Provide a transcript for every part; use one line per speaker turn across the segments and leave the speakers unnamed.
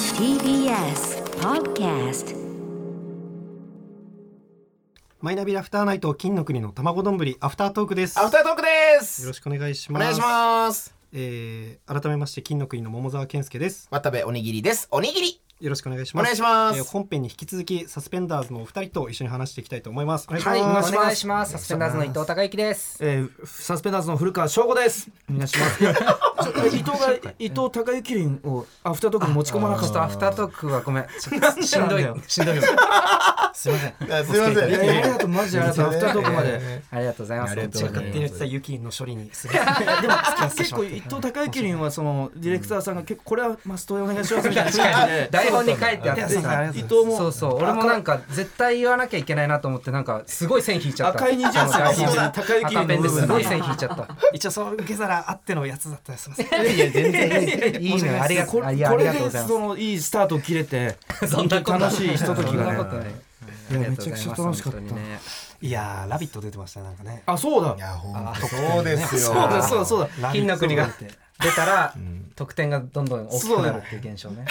TBS Podcast
マイナビラフターナイト金の国の卵丼ぶりアフタートークです。
アフタートークで
よろ
す
しくお願いし
お
ます。
願いします
えー改めまして金の国の桃沢健介です。
渡部おにぎりですおにぎり
よろしくお願いします。
お願いします
えー本編に引き続きサスペンダーズのお二人と一緒に話していきたいと思います。お願いしま
は
す。
い、お
す
願いします。サスペンダーズの伊藤孝之です。
えー、サスペンダーズの古川翔吾です。お願いし ます。ちょっと伊藤が伊藤孝之凛をアフタートークに持ち込まなか
ちょっ
っ
と
た。
アフタートークはごめん。ちょっ としんどい
なんだよ。
しんどいよ。
すみません。
あすいません
お付き合いい
い
ただいて
やいやありがとうマジであ りがとうアフタートークまで。
ありがとうございます。
ありがとうございます
勝手にやってたユキの処理にすみ
でも結構伊藤孝之凛はそのディレクターさんが結構これはマストでお願いしますみ たいな感じで。
台本に書いてあって
で
さ。
伊藤も
そうそう、俺もなんか絶対言わなきゃいけないなと思って、なんかすごい線引いちゃった。
赤い二重線
赤い二重
そうだ
赤
高
い
い
二
木
重赤
の
ペンで
部
す
分
ごい線引いちゃ った。
一応その受け皿あってのやつだったらすみません。
いやいや、全然いいのよ。ありがと
こ
う。あ
れ
いやあ
こ
り
れ
がとうご
で
ざい
そ
ま
のいいスタートを切れて
す。そんなこと
楽しいひととき
そん
が
な
ね
ことない。
いや
あり
め
がとう
ちゃ
ござ
く
い
ちゃ
ます
楽しかっ
本当
た
に。ね
いやーラビット出てましたなんかね。
あそうだ
い。やほんとそうですよ
そうだそうだそうだ。
ラビッ
金
ト
の国が出たら、得点がどんどん大きくなるっていう現象ね。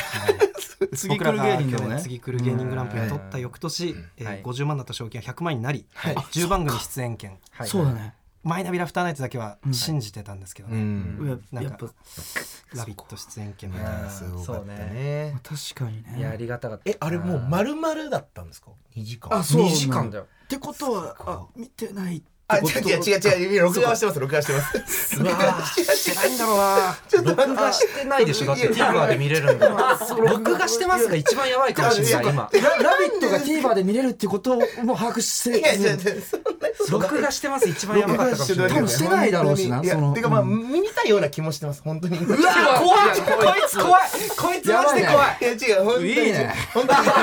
次
僕
来
ら
る
が
芸人で
去
も
年
ね。
次来る芸人グランプリを取った翌年、え
は
ー
い
50万だった賞金が100万になり、10番組出演権
はい
そうだね。
マイナビラフターナイトだけは信じてたんですけどね、
うん
や
なんか
やっぱ
ラビット出演権みたいな
あーすごかったね
確かにね。
いやありがたかった
えあれもう丸々だったんですか二時間
あそう
2時間だよ
ってことはあ見てないって
あ違
こと
う違う違う違ういや録画はしてます録画してます
うわーしてないんだろうな
録画してないでしょだって TVer で見れるん だから録画してますが一番やばいかもしれない今
ララビットが TVer で見れるってことをもう把握し
いや
て
いやいやそんな
録画してます一番やばかったかもしれない
録多画分してないだろうしな
や
その
てかまあ見にたいような気もしてます本当にうわ
怖いこいつ怖いこいつマジで怖い
いや違う本当に
いいね
本当にいやいい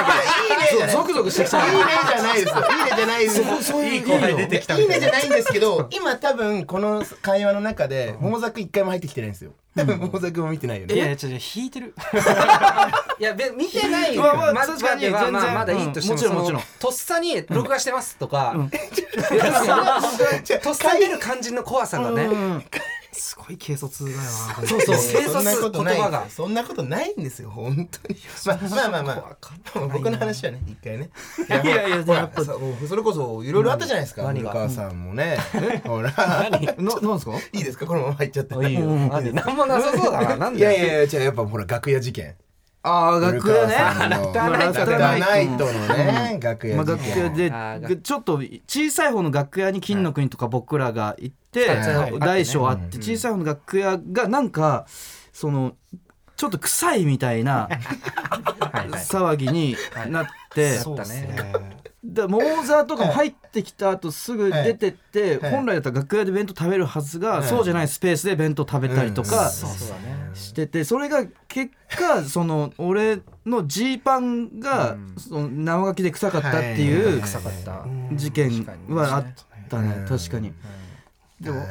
ねじゃない
ゾクゾクしてきた
いいねじゃないですよいいねじゃないですよ
そういういい
後輩
よ
出てき
い
たみ
い
た
ね
い
じ
な
ゃないんですけど今多分この会話の中で桃沢君一回も入ってきてないんですよ多分桃沢君も見てないよ
いやい
ね
や違う違う引いてる
いやべ見てない
まあまあ
まずまでは
確かに全然
まあまだいいとしても
うん
その
もちろんもちろん
とっさに録画してますとか
うん
とっさに出る感じの怖さがね
すごい軽率だよな
そう そう
いや
軽
そんな
率
こと
言
ない
葉が
そんなことないんですよ本当にまあまあまあまあ僕の話はね一回ねいや
いやいや
ほら
やっぱ
そそれこそいろいろあったじゃないですか
何
古
が
川さんもねほら
ななんですか
いいですかこのまま入っちゃって
いいよ何もなさそうだ ななん
い
だよ
やいやいやじゃあやっぱほら楽屋事件
ああ楽屋ね
古川さんの
ラ
ラ
フ
フタ
ター
ー
ナ
ナ
イ
イ
ト
トのね楽
ま
屋
あ、
事
楽
件
屋で
あー
ぐちょっと小さい方の楽屋に金の国とか僕らが行っ
は
て、
いはい
はい
大小あって小さい方の楽屋がなんかそのちょっと臭いみたいな
はいはい
騒ぎになって、
そう
っ
だね
だ桃沢とかも入ってきた後すぐ出てって、
はい
本来だったら楽屋で弁当食べるはずが、
はい
そうじゃないスペースで弁当食べたりと
うん
か
そうそうだね
してて、それが結果その俺のジーパンがその生乾きで臭かったって
はい
い
は
う
い
臭かった
事件はあったね確かに。で も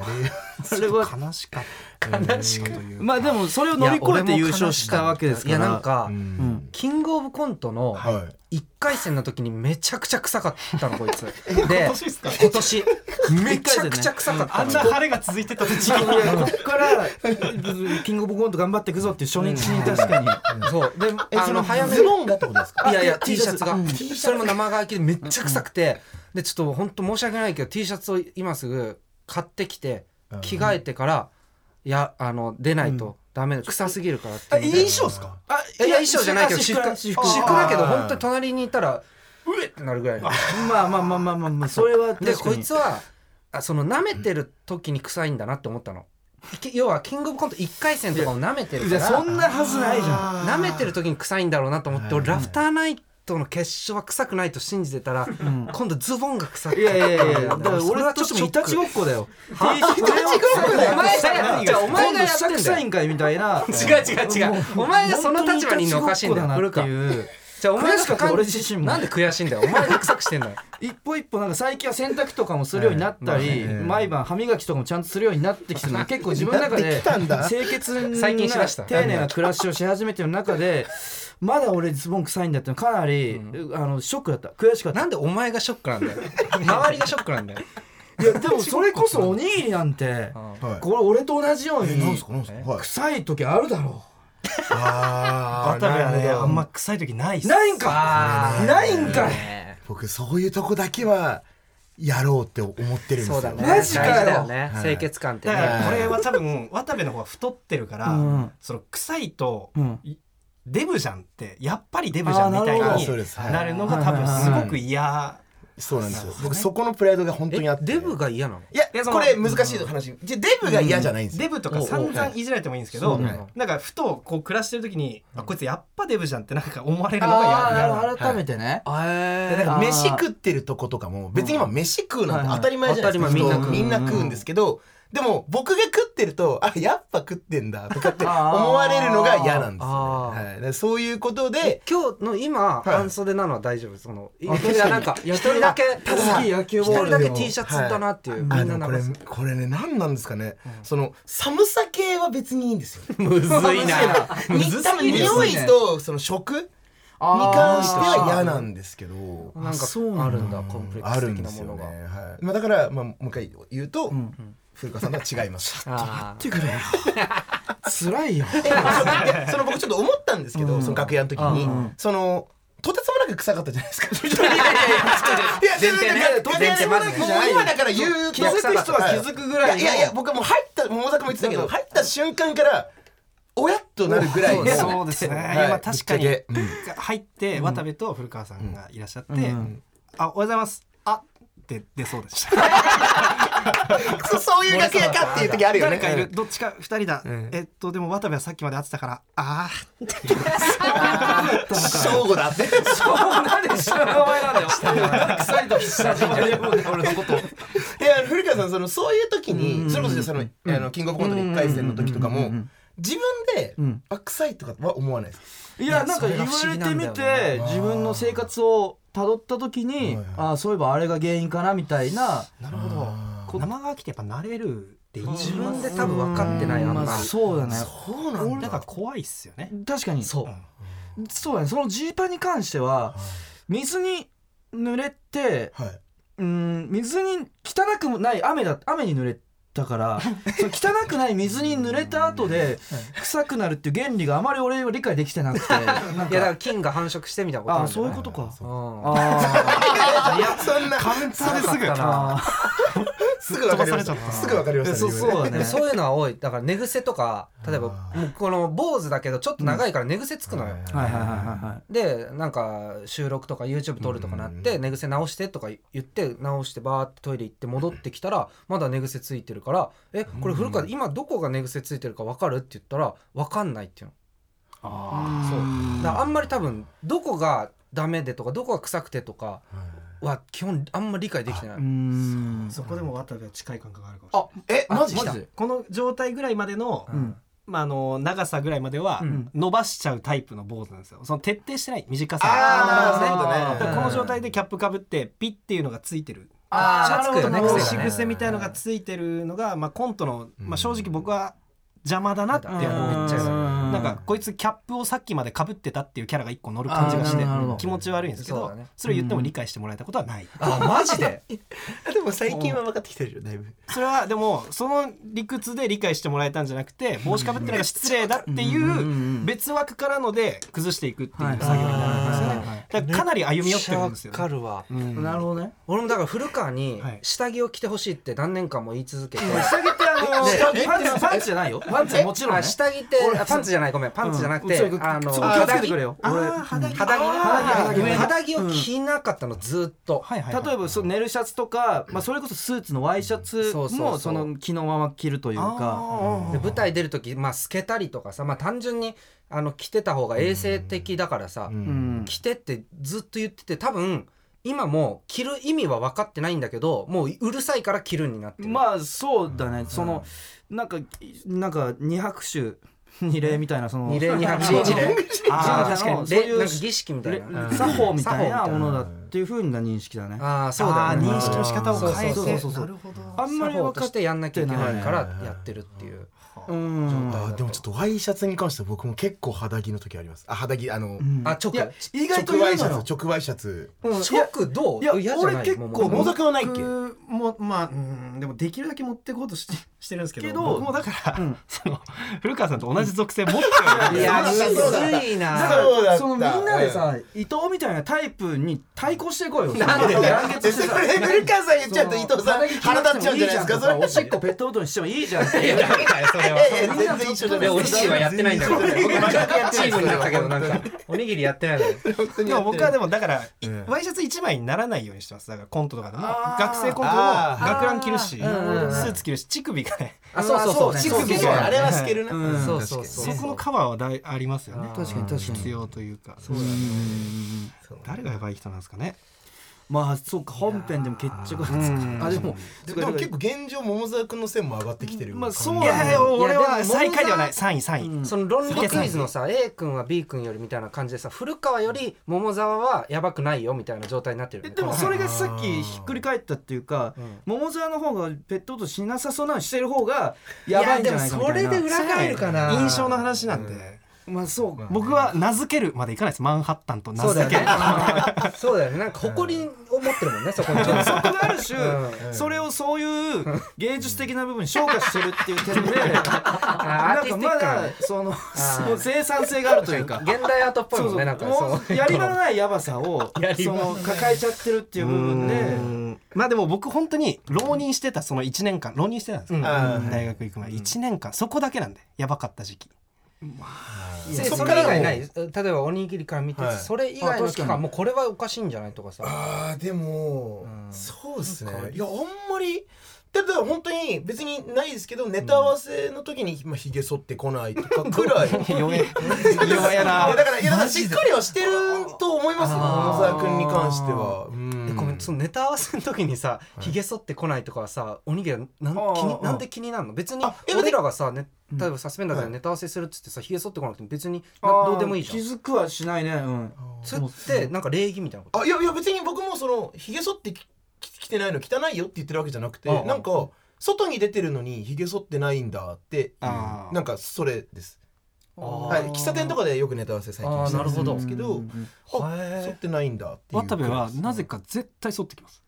それは
悲しかった
悲しく
まあでもそれを乗り越えて優勝したわけですから
いやなんか、
うん
キングオブコントの
はい
1回戦の時にめちゃくちゃ臭かったのこい つで今年めちゃくちゃ臭かったの
晴れが続いてた時期
いやこっから キングオブコント頑張っていくぞっていう初日に確かに。
そうで
え
あ
その
の早め
ズボンがってことですか
いやいや T
T
シャツが
うん
それも生乾きでめっちゃ臭くてでちょっと本当申し訳ないけど T シャツを今すぐ買ってきて着替えてからいやあの出ないとダメだ臭すぎるからっていうので
衣装ですか
あ
いや衣装じゃないけど私服私
私
服
服
だけど本当に隣にいたらうえってなるぐらいの
まあまあまあまあまあまあそれは
で
確か
こい
に
つはあその舐めてる時に臭いんだなって思ったのき要はキングオブコント1回戦とかを舐めてる
い
か
やそ
ら
んなはずないじゃん
舐めてる時に臭いんだろうなと思って俺ラフターナイトの決勝は臭くないと信じてたら今度ズボンが臭く
い
て
やいやいやいやだ
だか
か
ら
ら
俺
俺
は
は
ち
ち
ょ
ょ
っ
っ
と
と
ショック
いたちごっこだよ い
は
たちごっこ
お前がじゃあお前がやってんだよ
今度サイン会みたい な
違う違う違うお前がその立場にいるのおかしいんだよ
本当にいた
古
ちごっこだなっていう
川じゃあお前
悔
が
しかった
かん
俺自身も
なんで悔しいんだよお前が臭くしてんだよ
一歩一歩なんか最近は洗濯とかもするようになったり、
はいまあね
毎晩歯磨きとかもちゃんとするようになってきてるの結構自分の中
なって
で
きたんだ
清潔な
最近しだした
丁寧な暮らしをし始めてる中でまだ俺ズボン臭いんだってのかなり、あのショックだった悔しかった
なんでお前がショックなんだよ周りがショックなんだよ
いやでもそれこそおにぎりなんて
はい
これ俺と同じよう
えなん
に
すかなんすかはい
臭い時あるだろう
ああー
渡部はね
なるほど
あんま臭い時ないっす
ないんかないんかい
僕そういうとこだけはやろうって思ってるんですよ
そうだね
マジかよ
大事だね
はい
清潔感って
だ
ね
からこれは多分渡部の方が太ってるから、
うん
その臭いと、
うん
いデブじゃんってやっぱりデブじゃんみたい
あーなるほど
そうですは
に
い
なるのが多分すごく嫌
そうなんですよ僕そこのプライドが本当にあ
え
って
デブが嫌なの
いや
いやその
これ難しい話じゃデブが嫌じゃないんですよ
デブとか散々いじられてもいいんですけ
お
ど
うおうはい
なんかふとこう暮らしてる時にあこいつやっぱデブじゃんってなんか思われるのが
ああ
嫌
な
嫌
るほど改めてね
でなん
え
か飯食ってるとことかも別に今飯食うなんて当たり前じゃないですか、
はいはい当たり前
人
み
み
ん
ん
な
な
食う
食うんですけどでも僕が食ってるとあやっぱ食ってんだとかって思
あー
われるのが嫌なんです
あ
よね、
ー
はい、だからそういうことで
今日の今
い
半袖なのは大丈夫そのい
あ確かに
やなんか一人だけ
ただ
一
野球ボー
人
ル
だ
で
け
も
T シャツだなっていうみん
あの
なな
こ
ん
れ
か
これね何なんですかね、その寒さ系は別にいいんですよ
むずいな
に多分匂いとその食に関しては嫌なんですけど
なんか
そう
あ
なんだ
るんだコンプレッ
あ
クス
るん
的
で
な
す
も
よ
の
ね、
が
はいまあ、だから、まあ、もう一回言うと、古川さんとは違います
あ
ってくれよ辛 いよ
えでもそのいやその僕ちょっと思ったんですけど、その楽屋の時に、そのとてつもなく臭かったじゃないですか。いやいやいやい
前提
や
ね
いやとてつもなくもう今だから言うと
気づく人は気づくぐらいの
いやいや僕はもう入った桃坂も言ってたけど入った瞬間からおやっとなるぐらいの
そうですね、
はい
今確かに
ぶっちゃけ
入って渡部と古川さんがいらっしゃって「あおはようございます」あって出そうでした
そそういう楽屋かっていう時あるよね。
誰かいるどっちか二人だ、えっとでも渡部はさっきまで会ってたからあー
正午だって。
なんで下の名前なんだよ臭いと下じゃん俺のこと
であの古川さんそのそういう時にそれこそそのあのキングオブコントの1回戦の時とかも自分であ臭いとかは思わないです。
いやなんか言われてみ
それが不思議なんだ
て自分の生活をたどった時にあーそういえばあれが原因かなみたいな
なるほど生乾きってやっぱ慣れるって言います
自分で多分分かってないあん
ま
ま
あそうだね
そうなん
だから怖いっすよね
確かに
そう
そうだねそのジーパンに関しては水に濡れて
はい。
うん水に汚くもない雨だ雨に濡れたから その汚くない水に濡れた後で臭くなるっていう原理があまり俺は理解できてなくてな ん
りいやだか
から
菌が繁殖してみたいなこと
あ
な
ー
んじゃ
そう
ない
いうことか
うん
あ
いやそんな
それすぐ
ーあー
すぐ分かりま
飛ばされ
し
ちゃった
た。すぐ分かりましたね。
そうそうだ
で
ね
そういうのは多いだから寝癖とか例えば
あ
もうこの坊主だけどちょっと長いから寝癖つくのよ、
はいはいはいはいはい
でなんか収録とか YouTube 撮るとかなって寝癖直してとか言って直してバーってトイレ行って戻ってきたらまだ寝癖ついてるから「えこれ古川今どこが寝癖ついてるか分かる?」って言ったら「分かんない」っていうのそうだからあんまり多分どこがダメでとかどこが臭くてとかは基本あんまり理解できてないう
ーん
そこでも渡部は近い感覚があるかもしれない
あ
えマジ？
この状態ぐらいまでの、
ん
まあ、あの長さぐらいまでは
ん
伸ばしちゃうタイプの坊主なんですよその徹底してない短さ
あーなるほ
だ
ど
か
ね。
らこの状態でキャップかぶってピッっていうのがついてる
あー
シャツくよ
な
ね
るほど
し癖みたいのがついてるのが、まあ、コントの、まあ、正直僕は邪魔だなって思っち
うん
ゃ
うん
うなんかこいつキャップをさっきまでかぶってたっていうキャラが一個乗る感じがして
あーなるほど
気持ち悪いんですけ
そ
ど
う
そ,、
だね
れを言っても理解してもらえたことはない、
あマジ で
でも最近は分かってきてるよだいぶ。
それはでもその理屈で理解してもらえたんじゃなくて帽子かぶってるのが失礼だっていう別枠からので崩していくっていう作業になるんですよ
はいはいはいは
ねだからかなり歩み寄ってるんですよ
めっちゃわかるわ
なるほどね
俺もだから古川に
はい
下着を着てほしいって何年間も言い続けて、
下着ってあの
下着って
パンツパンツじゃないよパンツもちろん
あ
ね
下着ってあパンツじゃないごめんパンツじゃなくて、
うん
あの
そこ気をつけ
肌
て
着
くれよ
あー肌着
肌着
あー
肌着肌着を着なかったのずっと、
はいはいはい
例えばそう寝るシャツとか、まあ、それこそスーツのワイシャツ
そうそうそう
もその着のまま着るというか
で舞台出る時まあ透けたりとかさまあ単純にあの着てた方が衛生的だからさ、
うん
着てってずっと言ってて多分今も着る意味は分かってないんだけどもううるさいから着るになってる、
まあそうだねそのなんかなんか二拍手二礼みたいなその
二礼二拍手
そう
一礼
あー
確かに
そう
で
いう
なんか儀式みたいな、
れ作法みたいな
作法みた
も
いな
のだっていうふうな認識だね
ああそ
あ
うだ
あ
ね
認識の仕方を変えて
そうそうそうそう
なるほど
あんまり分
作法
か
と
っ
してやんなきゃいけない
分
か
から
やってるっていううん
あーでもちょっとワイシャツに関しては僕も結構肌着の時ありますあ肌着あの、
あ直
いや意外と
直
言
ワ
う
イシ
だ
ャ
ろ
ツ直ワイシャツ
うんいや
直どう
いや
嫌
俺結構
もう
野坂はないっけ
僕もまあうんでもできるだけ持っていこうとしてしてるんですけど
けど
僕もだから、
うん
その古川さんと同じ属性持ってはいる
いやむ
そうだそうだ
ずい
だ
だ
か
な
そうだった
らそのみんなでさ伊藤みたいなタイプに対抗していこうよなん
で
団結して
そ
さ
れ古川さん言っちゃうと伊藤さん腹立っちゃうんじゃないですかそれ
おしっこペットボトルにしてもいいじゃんって
いやダメだよそれ
や
はい
いや全然一緒じゃ
い
ない
やおにぎりはやってないんだけどね僕マジックやってないチームになったけどなんかおにぎりやってないのよ
本当に
で
や
も
ってる
僕はでもだから、い
うん
ワイシャツ1枚にならないようにしてますだからコントとかでも
あー
学生コントも
あー
学ラン着るしス
あーうんうんうん
ーツ着るし乳首がね
あそうそうそう
あ
乳
そう
乳
首
首
そう
が
だ
あ
ね
れは透けるな、
うん
そうそう
そこのカバーはだいありますよね
確かに
確
必要というか
そう
誰がやばい人なんですかね
まあそうか本編でも決着がつ
うん
かあでも
ででも結構現状桃沢君の線も上がってきてる
まあそう
い
な
や
ん
い
だ
やいや俺
いや
は
でも
最下位ではない3位3位
その論理クイズのさ A 君は B 君よりみたいな感じでさ古川より桃沢はやばくないよみたいな状態になってるよ
え
ね
でもそれがさっきひっくり返ったっていうか、
ん
桃沢の方がペットボトルしなさそうなのしてる方がやばいんじゃないかみたいない
やでもそれで裏返るかな
印象の話なんで、
まあそうか
僕は名付けるまでいかないですマンハッタンと名
そう
付
だ
け
よ
る、
ねそうだよねなんか誇りを持ってるもんねそこに
そこがある種、
う
それをそういう芸術的な部分に昇華してるっていう点
あ
で
ーアー
なん
ティステ
か
ィ
ま
ックな
だ
ね
そのその生産性があるというか。
現代アートっぽい
そう
もん
そ
ねなん
う
か
も
そうう
やり場のないやばさを
やり
そ
場のない
の抱えちゃってるっていう部分で
うんまあでも僕本当に浪人してたその1年間浪人してたんですけど、
うん
大学行く前1年間そこだけなんでやばかった 時期
そ
そ
そ
っ
れ
から
以外
も
ない例えばおにぎりから見て、
はい
それ以外の期
あ確か
間
に
もうこれはおかしいんじゃないとかさ
あーでも、
うん
そうですねいやあんまりだから本当に別にないですけどネタ合わせの時にまあひげ剃ってこないと かくらい
弱え
弱
弱え
いや
な
だからいやだからしっかりはしてると思いますよ
あ
桃沢
ー
君に関してはうん
えごめんそのネタ合わせの時にさひげ剃ってこないとかはさおにぎりはなん
ああ
気
あ
に
あ
なんで気になるの別に
あいや
俺らがさ、ね、
うん
例えばサスペンダーズで
はい
ネタ合わせするっつってさひげ剃ってこなくても別にな
あー
どうでもいいじゃ
気
ん
づくはしないねうん
それってなんか礼儀みたいなこと
あいやいや別に僕もそのひげ剃ってききてないの汚いよって言ってるわけじゃなくて
ああ
なんか外に出てるのにひげ剃ってないんだって
あー
なんかそれです、は、
はい
喫茶店とかでよくネタ合わせ最近してるんですけどあ剃ってないんだっていう
渡部はなぜか絶対剃ってきます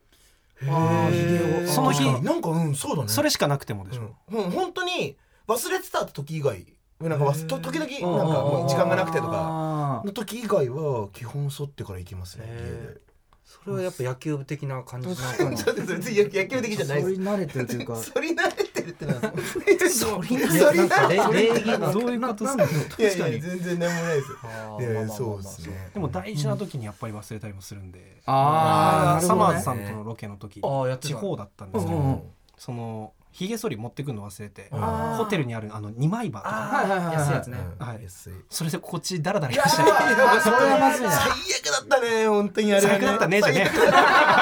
あー
その日
なんかうんそうだね
それしかなくてもでしょ、
うん、うん本当に忘れてた時以外なんかわすと時々
うん
なんかもう時間がなくてとか
か
の時以外は基本剃ってから行きますね家で
それはやっぱ野球部的な感じなのかな
ちょっとそれ別に野野球的じゃない
そ
で
れ
す
に慣れてるとい うか
剃り慣れてるってなんですか剃り
いやなんか
慣れてる
礼礼儀
どういうことですか
いやいや全然何もないですいやいやそうですね
でも大事な時にやっぱり忘れたりもするんで、
あー
サマーズ
さ
さ
ん
んとのロケの時、
あーやって
地
た
方だったんですけど、
うんうん
そのひげ剃り持ってくるの忘れて、
あ
ホテルにあるあの二枚刃とか
はいはいはいはい
安いやつね
うん
はい
安い
それでこっちダラダラやらして
それはまずいな
最悪だったね本当にあれは
最悪だったねじゃねえ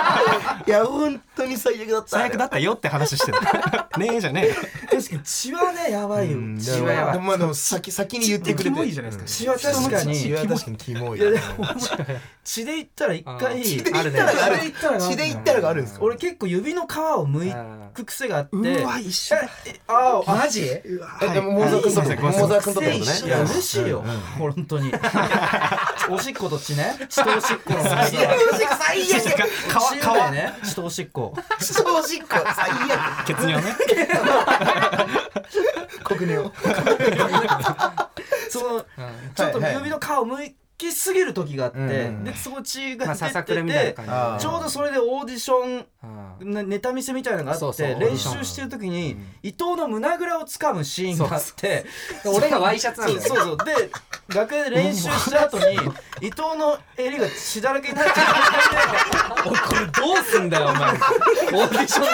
いや本当に最悪だった
最悪だったよって話してる ねえじゃね
確かに血はねやばいよ
うん
血はやばい
でもまあでも先先に言ってくれて
キモいじゃないですか
血は確かに
血は確かにキモい
いやでも血で言ったら一
あー
回
血
で
あるね
血で言ったらがある
血で言ったらがあるんですか
俺結構指の皮を剥い
あ
く癖があって
えうわ一緒だ
えあーあ
マジ
えでも桃沢君と
はい
か
ごめんなさい
桃沢君とかもね
いや嬉しいよ本当におしっこと血ね血とおしっこの問題
最悪
血由来ね血とおしっこ
血とおしっこ最悪
血尿ね
国根を
そのちょっ
は
と
いはい
指の皮を剥きすぎる時があって
うんうん
でそこ血
ま
が
あさ
出
さ
て
くれみたい
て
な
あ
感
ー
ちょうどそれでオーディション
じうん
ねネタ見せみたいなのがあって
そうそう
練習してる時に、伊藤の胸ぐらを掴むシーンがあって
俺がワイシャツなんだよね
そうそうそうで楽屋で練習した後に伊藤の襟が血だらけになっちゃ
おいこれどうすんだよお前オーディションで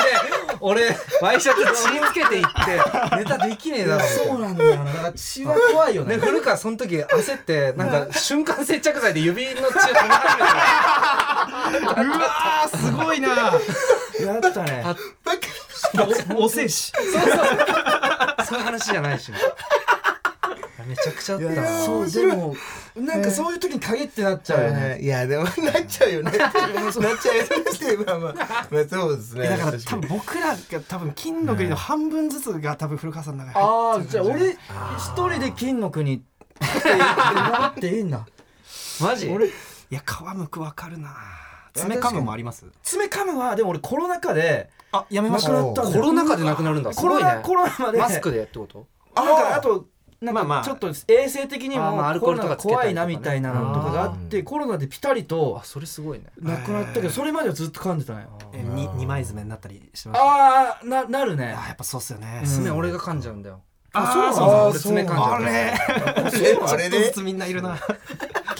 俺ワイシャツ血つけていってネタできねえだろ
って
みたいな
なんだよなだから血は怖いよ
で古川その時焦ってなんか瞬間接着剤で指の血を止め始
うわーすごいな
やったね
あ
おお精子
めたそうそうそういう話じゃないしねや めちゃくちゃあっ
い
た
や
な
そうでもなんかそういう時に限ってなっちゃうよね
いやでもなっちゃうよねなっちゃうよねってまあまあまあそうですね
だから
確
多
かに
分僕らが多分金の国の半分ずつが多分古川さんの中に入
ああじゃあ俺一人で金の国って 言っていいんだ
マジ
俺
いや皮むくわかるな爪噛むもあります
爪噛むはでも俺コロナ禍で
あやめ
な
ま
く
し
な
た
ったんだよ
コロナ禍でなくなるんだす
コ
ご
ロ
い
ナ
ね
コロナ禍で
マスクでってこと
なんかあとなん
まあま
か
あ
ちょっと衛生的に
あーまあア
も
ルコ
コ
ー
ロ
ルと
ナが
かつけたりと
怖
かね
いなみたいなのとかがあってコロナでピタリと
あそれすごいね
なくなったけどそれまではずっと噛んでたね
えに二枚爪になったりしてましたあ
あーななるね
ーやっぱそうっすよね
爪俺が噛んじゃうんだよ
あそう
あ
なん
ー
俺爪噛んじゃ
あ
うんだ
れ
よ
えあ
ちょ
れ
っとず
で
つみんないるな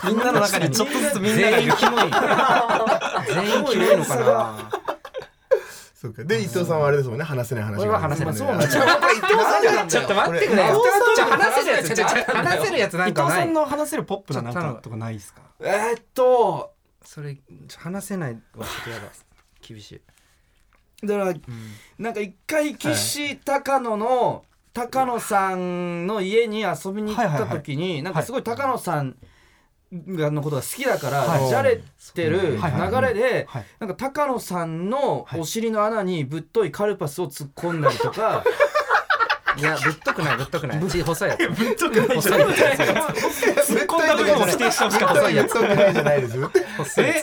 みんなの中 にちょっとずつみんながいる
全員キモいのかな
そうかで伊藤さんはあれですもんね話せない話
俺は話せない
そ
そうう
な
なんん
だ
だ
よやっぱ伊藤さんが
ちょっと待って
こ
くれ
れ
よち
伊
ょ
藤さんの
話せるやつちょちょ話せるやつ
伊
なん
藤
かな
さ
い
んの話せるポップななんかとかないですか
えーっと
それ話せないわちょっとやだ厳しい
だからなんか一回岸高野の高野さんの家に遊びに行った時になんかすごい高野さんがのことが好きだから
はい
じゃれてる流
はいはい
れで
はい
なんか高野さんのお尻の穴にぶっといカルパスを突っ込んだりとか
いやぶっとくないぶっとくないち細いやつ
ぶっとくないじゃん
ぶっ
こんなところも否定してほしかった
ぶっといやつないじゃないですよ
細いや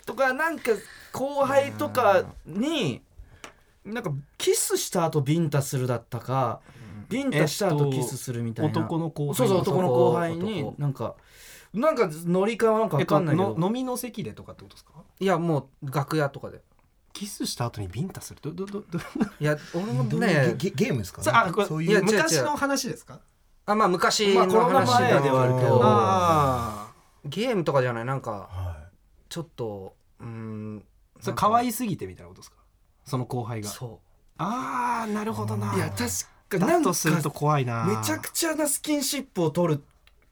つ
とかなんか後輩とかになんかキスした後ビンタするだったかビンタした後キスするみたいな。
男の子
そうそう
男
男の後輩に
男
なんかなんかノリかなん
え
かわ
っと
かんないけど
の飲みの席でとかってことですか
いやもう楽屋とかで
キスした後にビンタするどどどど
いや俺も
どういう
ね
ゲゲゲームです か
さあこれ
そう
い
い
や
う
違う違う
昔の話ですか
あまあ昔
まあ
の
コロナ
話だ
前ではあるけど
と
ああ
ゲームとかじゃないなんか
は
ちょっとうーん
それ可愛すぎてみたいなことですかその後輩が
そ
ああなるほどない
いや確かな
だ
んか
とすると怖いな
めちゃくちゃなスキンシップを取る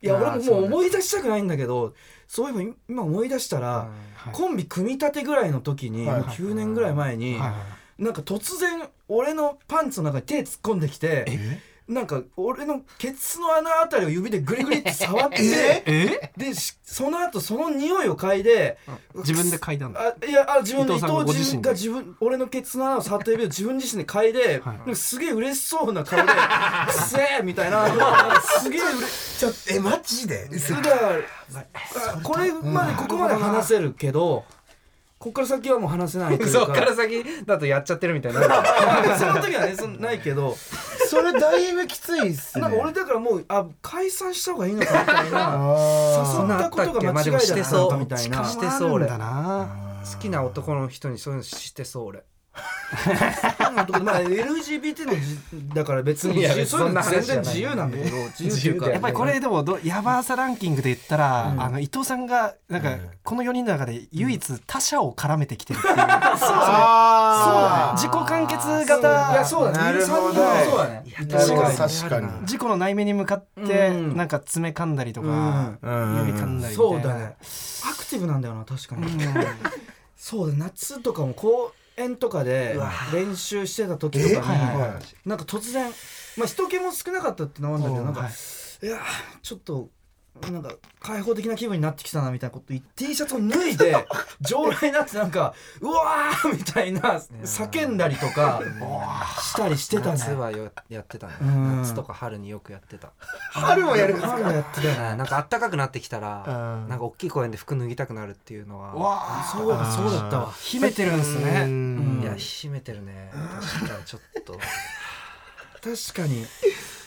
いや
あー
俺
そう
も
ね
もう思い出したくないんだけどそういえば今思い出した
う
ら
はい
コンビ組み立てぐらいの時にも
は
う
い
9年ぐらい前に
はいはい
なんか突然俺のパンツの中に手突っ込んできて
え
なんか俺のケツの穴あたりを指でグリグリって触って
え
え
でしその後その匂いを嗅いで
自分で嗅いだんだ
あいやあ自分で
伊
伊
藤さんがご
藤
自
自身
身で
が自分俺のケツの穴を触ってる指を自分自身で嗅いで、
はい
なんかすげえ嬉しそうな顔で「くせえ!」みたいななんかすげえ嬉し
ちょっとえマジで嘘
いだからあこれまでここまで話せるけどこっから先はもう話せないと
う
い う
そ
か
っから先だとやっちゃってるみたいにな る
その時はねそんないけど
それだいぶきついっす ね
なんか俺だからもうあ解散した方がいいのかみた いな
あ
誘ったことが間違いだったのかみたい
まあでもしてそう
な
してそう俺
だな
好きな男の人にそういうのしてそう俺
まあ LGBT のじだから別に
いや
自由そういうの
そんな
全
話じゃ
然
ない
自由なんだけど自由っていうか
やっぱりこれでもどヤバーさランキングで言ったら、あの伊藤さんがなんかこの4人の中で唯一他者を絡めてきてるっていう、
あ
自己完結
いや
型
そうだ
な
ね
る
乳酸
ほど
菌はそうだね
確
確
かに
かに
確かに
自己の内面に向かって
うん
なんか爪噛んだりとか、
うん
指噛んだりみたいな
そうだねアクティブなんだよな確かにそうだ夏とかも公園とかで練習してた時と
え
か
はい
に
は
なんか突然まあ人気も少なかったってのもあるんだけどなん
は
か
い
いやーちょっとなんか開放的な気分になってきたなみたいなこと言って T シャツを脱いで上来になってなんかうわーみたいな叫んだりとかしたりしてたね
夏はよやってたね
うん
夏とか春によくやってた
春もやるんです
あ
か
るやってたよね
あーなんか暖かくなってきたら
うん
なんか大きい公園で服脱ぎたくなるっていうの
う
は
わあ
そうだそうだったわ
秘めてるんです
う
ね
ん
いや秘めてるね確かにちょっと
確かに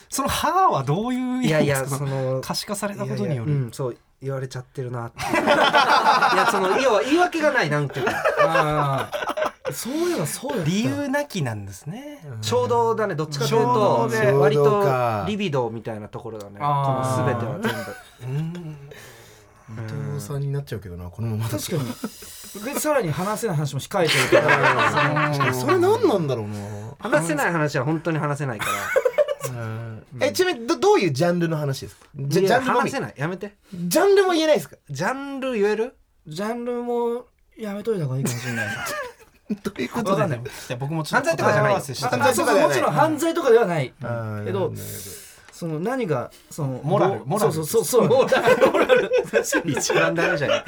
その歯はどういう
い
意
や
味
い
で
や
すか
その
可視化されたことによ
いやいや
る
うんそう言われちゃってるなっていう いやその要は言い訳がないなんていうか
ああそういえばそうやった
理由なきなんですね、
衝動だねどっちかという
衝動
と
で
割
衝動
と
か
リビドーみたいなところだねこの
あー
全ては全部
伊藤さんになっちゃうけどなこのままだと
確かにでさらに話せない話も控えてるから
確かにそれ何なんだろう
話せない話は本当に話せないから
なえちなみにどどういうジャンルの話ですかじゃ
い
ジャ
や
ンルのみ
話せないやめて
ジャンルも言えないですか
ジャンル言える
ジャンルもやめといた方がいいかもしれない
どういうこ
わ
と
かん
だ
ない
よ
いや僕もちょっと
犯罪とかじゃな
答え合
い
わせしてた
犯罪とかではない
もちろん犯罪とかでは
あ
ない
ー
けど
なるほど
その何がその
モラル
どう
モラル
そうそうそうそうモラルモラル
一番ダメじゃない。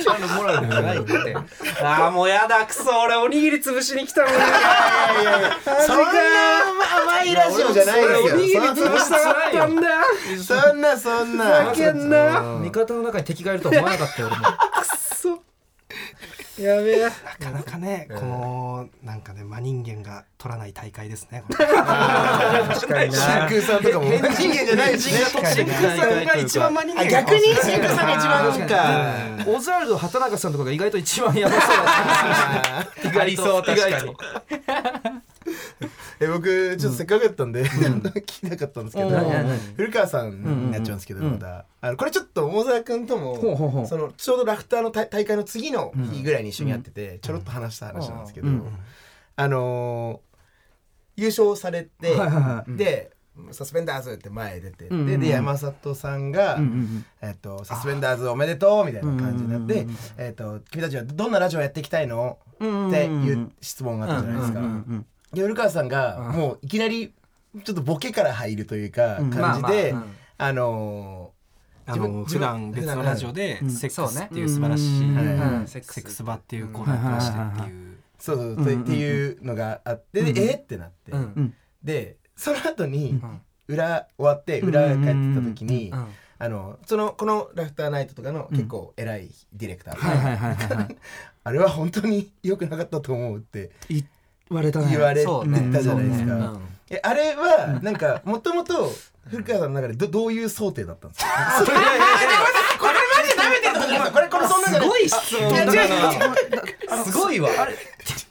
一番のモラルじゃないって。ああもうやだくそ俺おにぎり潰しに来たのに。いやいやいや。
そんな甘いラジオじゃない
お
で
にぎ
す
り
よ
潰したかったんだ。
そんなそんな
ふざけんな。
味方の中に敵がいるとは思わなかったよ俺も
やべえ。
なかなかね、このなんかね真人間が取らない大会ですね。
確かに
真
な。
空さんとかも変人間じゃないですね
真空さんが一番真人間。
逆に真空さんが一番か
オズワルド畑中さんとかが意外と一番やばそうだった
ありそう確かに。
え僕ちょっとせっかくやったんで 聞きなかったんですけど
うんうん
古川さんになっちゃうんですけどまたあのこれちょっと大沢君と
ほうほうほ
も
う
そのちょうどラフターの大大会の次の日ぐらいに一緒にやっててちょろっと話した話なんですけどあのー優勝されて
はいはいは
で「サスペンダーズ」って前出て
んうんう
で
ん
で山里さんが
うんうん
「えっとサスペンダーズおめでとう」みたいな感じになっ
うんう
て
んうん
「えっと君たちはどんなラジオやっていきたいの?」
うん
っていう質問があったじゃないですか。夜川さんがもういきなりちょっとボケから入るというか
うん
感じで、
まあまあ
あの
あの普
自分
段別のラジオで
ん
セック
そう
ス
ね
っていう素晴らしい、
うん
はい
うん
セックス場っていうコーナーをやってましてっていう。
ーそうそうって
うんうんうん
っていうのがあって、でえーってなって、
うん
でその後に
ん
裏終わって裏帰ってた時に、
うん。
あのそのこの「ラフターナイト」とかの結構偉いディレクターが、
はいはいはいはいはい
あれは本当に良くなかったと思うって
言われたね
言われて
そう
たじゃないです
う
か。えあれはなんかもともと古川さんの中でどどういう想定だったんですかこれマジ舐めてるとこじゃないこれこれそんな
す
い
ごい質問だな。すごいわ。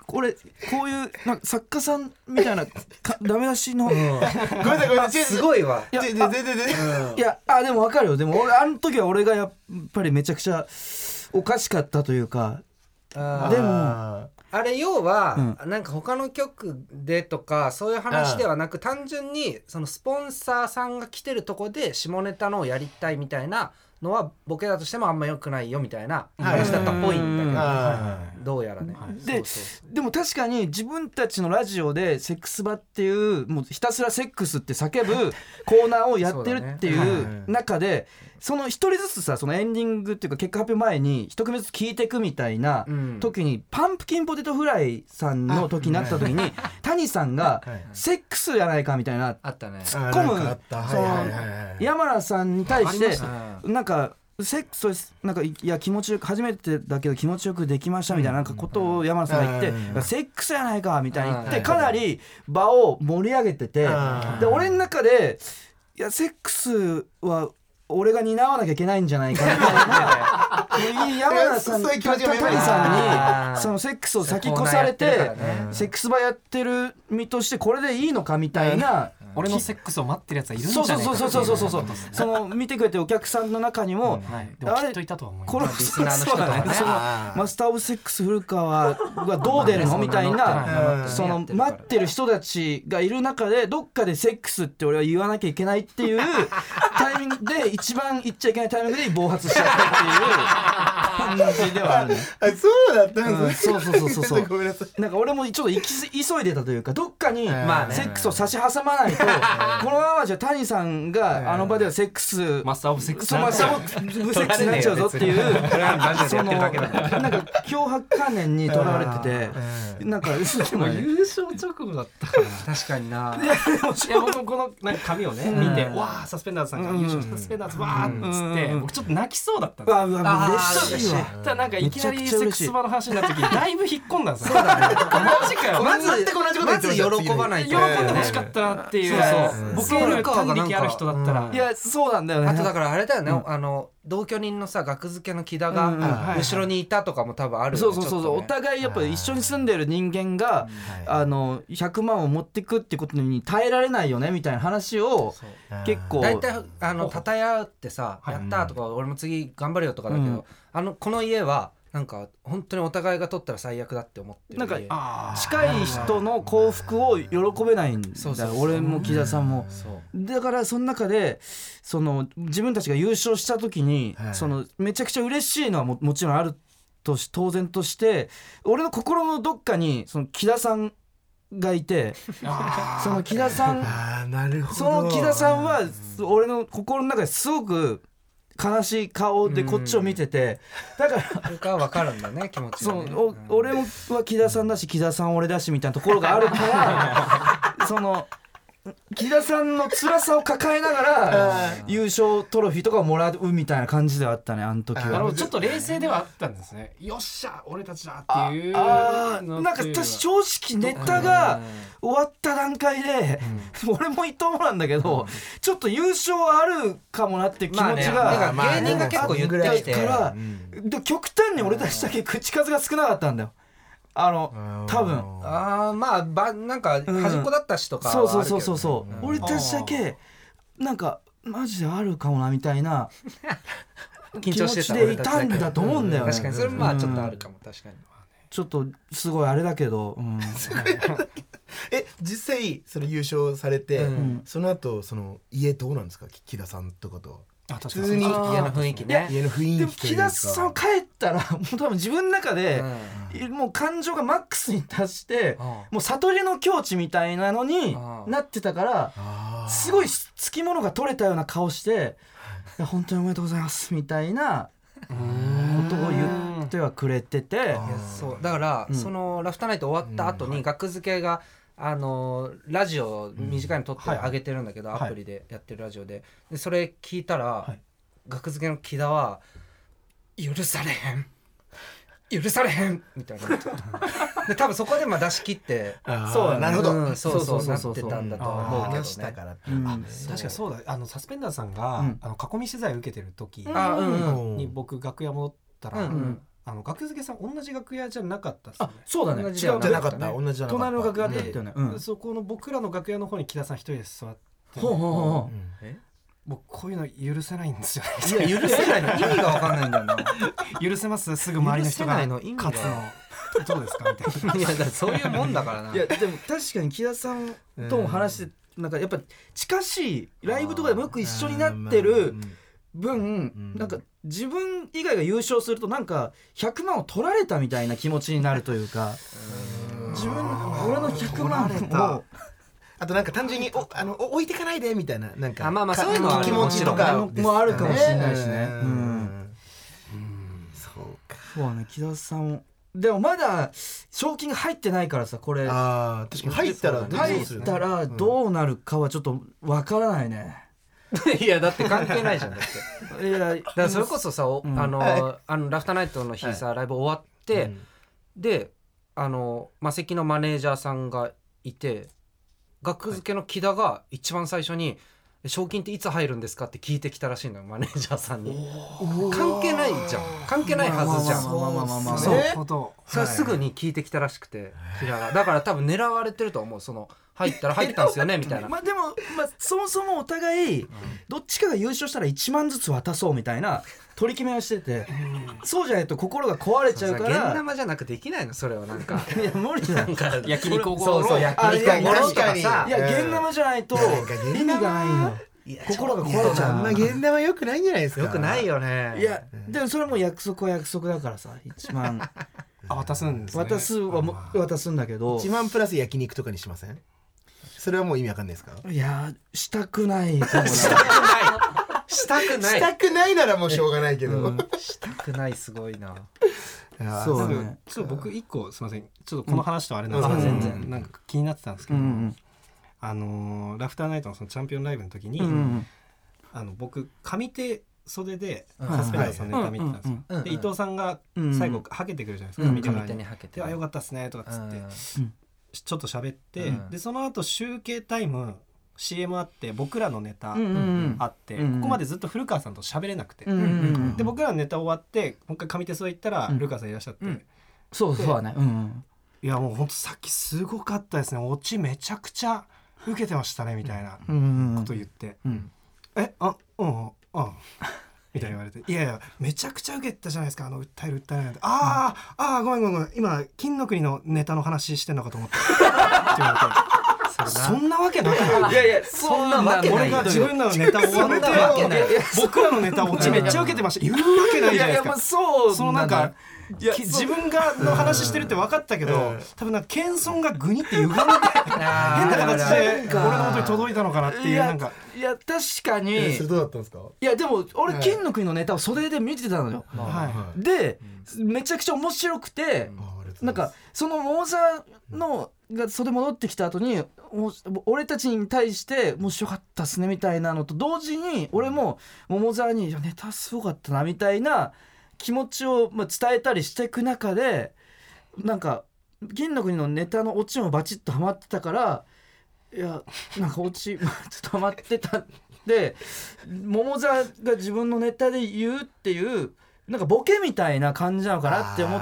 これこういうなんか作家さんみたいなかダメ出しの
ごめんなさいごめんなさい
す
い
ごいわ。
や全然全然全然
いやあでもわかるよでも俺あの時は俺がやっぱりめちゃくちゃおかしかったというか
あ
でも
あ
あれ要は、なんか他の局でとかそういう話ではなく単純にそのスポンサーさんが来てるとこで下ネタのをやりたいみたいなのはボケだとしてもあんま良くないよみたいな話だったっぽいん
ー
だ
あ
けどどうやらね。
ででも確かに自分たちのラジオで「セックス場」っていうもうひたすら「セックス」って 叫ぶコーナーをやってるって
そうだ
い
ねは
う
い
中でその一人ずつさそのエンディングっていうか結果発表前に一組ずつ聞いていくみたいな
うん
時にパンプキンポテトフライさんの時になった時に谷さんが
はい
「セックスやないか」みたいな
あったね。
ー
突っ込む
なんかあったはい
その
はいはいはい
山田さんに対して
た
なんかセックスをしなんかいや気持ちよく初めてだけど気持ちよくできましたみたいななんかことを山田さんが言
うん
っ
う
て
ん
セックスやないかみたいに言っ
う
て
ん
かなり場を盛り上げてて
うん
で俺の中でいやセックスは俺が担わなきゃいけないんじゃないかみた いな山田さん
そういう気持ちが芽生えた
谷さん
あー
にそのセックスを先越され
コーナーやって
て
るからね
セックス場やってる身としてこれでいいのかみたいな。
俺のセックスを待ってるやつはいるんじ
そう
ゃ
そう
ないかってい
そうそうそうそうそう
ことですね
その見てくれてるお客さんの中にも、
はい、でもきっといたとは思い
この
ます。
リスナーの人とかね
そうだその
あー
マスター・オブ・セックス古川はどう出るのみたい
う
な
ん
その待ってる人たちがいる中でどっかでセックスって俺は言わなきゃいけないっていうタイミングで一番言っちゃいけないタイミングで暴発しちゃったっていう感じではあるね。
あそうだったんですね
うんそうそうそう そう
ごめんなさい
なんか俺もちょっと行き急いでたというかどっかに
まあね
セックスを差し挟まないとこのままじゃ谷さんがあの場ではセックス
マスターオブセックス
そうまあ、そう、無セックスになっちゃうぞっていう、その、なんか脅迫観念にとらわれ てて、なんか、でもね
優勝直後だったから。
確かにな。
いや僕もこのなんか紙をね見て「わあサスペンダーズさんが優勝したサスペンダーズわーっつって僕ちょっと泣きそうだったん
う
ですよ
わ、うわ、嬉しいわ。
ただなんかいきな
め
り
ち
セ
ゃくちゃ
ッ
嬉
ク
しい
ス場の話になった時だいぶ引っ込んだんですよそうだねマジかよ
まずまず喜ばない
喜ん
と。
でほしかったなっていう
そう
ボケる感力ある人だったら
いや、そうなんだよね。
あとだからあれだよね、あの同居人のさ学付けの木田
うんうん
が後ろにいたとかも多分ある
そ
よ
う
ね
そうそう
ち
そ
ょ
う、
っと
お
ね
互いやっぱり一緒に住んでる人間が、あの100万を持ってくってことに耐えられないよねみたいな話を
そう
結構
大体あのたたえ合ってさ「やった!」とか「俺も次頑張るよ」とかだけ
うん
どあのこの家はなんか本当にお互いが取ったら最悪だって思ってる
なんか
家
あー
近い人の幸福を喜べないん
そう
だ
そう
よ
そう
俺も木田さんも。
そう
だからその中でその自分たちが優勝した時に、
はい
そのめちゃくちゃ嬉しいのはももちろんあるとし当然として俺の心のどっかにその木田さんがい てその木田さん
ああなるほど
その木田さんは俺の心の中ですごく悲しい顔でこっちを見てて だから
僕は分かるんだね気持ち
そ
がね
のお俺は木田さんだし木田さん俺だしみたいなところがあるからその木田さんの辛さを抱えながら優勝トロフィーとかをもらうみたいな感じではあったねあの時
なるほ
は
ど。ちょっと冷静ではあったんですね。よっしゃ、俺たちだっていうの
あ
っていうの
ー
は。
なんか私正直ネタが終わった段階で、 俺も伊藤もなんだけど、ちょっと優勝はあるかもなって気持ちが、
まあねなんか芸人が結構言ってきて
から、で極端に俺たちだけ口数が少なかったんだよあの多分
あーまあばなんか
ん
端っこだったしとかはあ
そ
る
う
けど
そうそうそうそう、俺たちだけなんかマジであるかもなみたいな
緊張してた
気持ちでいたんだと思うんだよね
う確かにそれもまあちょっとあるかも確かに
ちょっとすごいあれだけど、うん
え実際それ優勝されて、
うん
その後その家どうなんですかき木田さんとかと
あ確かに
普通に
あー家の雰囲気ね
家の雰囲気
でも
とい
木
うか
田さん帰ったらもう多分自分の中で、もう感情がマックスに達して、もう悟りの境地みたいなのに
うん
なってたから、
あ
すごいつきものが取れたような顔して「いや本当におめでとうございます」みたいなことを言ってはくれてて
いやそうだから、そのラフターナイト終わった後に額付けが、あのーラジオ短いの撮ってあげてるんだけど、アプリでやってるラジオででそれ聞いたら、額付けの木田は「許されへん許されへん」みたいな で多分そこでまあ出し切って
ー
そうだね
なるほど、
うんそうそう
そ
そうう
そうそうそう
なってたんだと思うけどね
話したからって、
うん
確かにそうだあのサスペンダーさんが、
うん
あの囲み取材を受けてる時
あうんうん
に僕楽屋戻ったら、
うんうん
あの楽付けさん同じ楽屋じゃなかったですね
そうだね
同じ
違
だ
う
よ
じ
ね
ゃなかっ
ね
た同じじゃなかった
隣の楽屋だったよねうん
でそこの僕らの楽屋の方に木田さん一人で座って
ほうほうほう
僕こういうの許せないんですよ
いや許せないの意味が分かんないんだよな
許せますすぐ周りの人が
許せないの意味が
勝つのどうですかみたいない
やだからそういうもんだからない
やでも確かに木田さんとも話してなんかやっぱ近しいライブとかでもよく一緒になってる分なんか自分以外が優勝するとなんか100万を取られたみたいな気持ちになるというか自分俺の100万を
あとなんか単純におあのお置いてかないでみたいななんか
あまあまあ
か
そういうのはある
気持ちとか
もちろんもうあるかもしれないしね
うん
うん
そうか
そうだね木田さんをでもまだ賞金が入ってないからさこれ
あー確かに入ったらど
入
う
っ
する
たらどうなるかはちょっとわからないね、
いやだって関係ないじゃんだって。
いやだ
だからそれこそさ、おあの、あのラフターナイトの日さ、ライブ終わって、であのマセキのマネージャーさんがいて額付けの木田が一番最初に、賞金っていつ入るんですかって聞いてきたらしいのよマネージャーさんに関係ないじゃん関係ないはずじゃん、
まあまあまあまあまあ
なるほど
それすぐに聞いてきたらしくて木田がだから多分狙われてると思うその入ったら入ったんです よねみたいな
まあでも、まあ、そもそもお互いどっちかが優勝したら1万ずつ渡そうみたいな取り決めをしててそうじゃないと心が壊れちゃうか
現
ら
玉じゃなくできないのそれはなん か
いや無理だよ
焼肉おごろ
そううそう焼肉おごろとかさ
いや現生じゃないと意味がないの心が壊れちゃ
あんま
う
現代は良くないんじゃないですか
よくないよね
いやでもそれはもう約束は約束だからさ1万
あ渡すんですね
渡すはも渡すんだけど
1万プラス焼肉とかにしませんそれはもう意味わかんないですか
いやしたくないかもな
したくな
し
い
たくないならもうしょうがないけど、
したくないすごいな
そう
なん
だ
か
ね
ちょっと僕一個すみませんちょっとこの話とはあれなんですけど、
うん
全然なんか気になってたんですけ
う
ど、
んうん
あのーラフターナイトのそのチャンピオンライブの時に、
うんうん
あの僕上手袖で
うん
サスペンダーさんのネタ見てたんですよ、
うん
うんうん
で
うん
伊藤さんが
うん
最後はけてくるじゃないですか、
うん
上手
上
側
手に
に。
はけて
であよかったですねとかっつって、ちょっと喋って、
うん
でその後集計タイム CM あって僕らのネタ
うんうんうん
あって、
うん
ここまでずっと古川さんと喋れなくて、
うんうんうん
で僕らのネタ終わってもう一回上手袖行ったら、
ん
古川さんいらっしゃって、
うん
そうそうだねうんうん
いやもうほんとさっきすごかったですねオチめちゃくちゃ受けてましたねみたいな
うんうん
こと言って「
うん
えあうんうん」みたいに言われて「いやいやめちゃくちゃ受けてたじゃないですかあの訴える訴えないって」あー、あーごめんごめんごめん今金の国のネタの話してんのかと思った」って言われて そんなわけなくない
いやいやそんなわけな
俺
い
が自分らのネタを
そんなわけない
僕らのネタ落ちめっちゃ受けてました言うわけない
い
じゃ
や
ない
い
で
や
す
まあ
か
そう
そのなんか
いや
き自分がの話してるって分かったけど多分なんか謙遜がグニって歪んで 変な形で俺の元に届いたのかなって
い
いうな
や
んか
いや確かに
えそれどうだったんですか
いやでも俺金の国のネタを袖で見てたのよ、
は
でめちゃくちゃ面白くて、なんかそのモーザーのが袖戻ってきた後にお俺たちに対して面白かったっすねみたいなのと同時に俺も桃沢にいやネタすごかったなみたいな気持ちをまあ伝えたりしていく中でなんか銀の国のネタのオチもバチッとハマってたからいやなんかオチ ちょっとハマってたんで桃沢が自分のネタで言うっていうなんかボケみたいな感じなのかなって思っ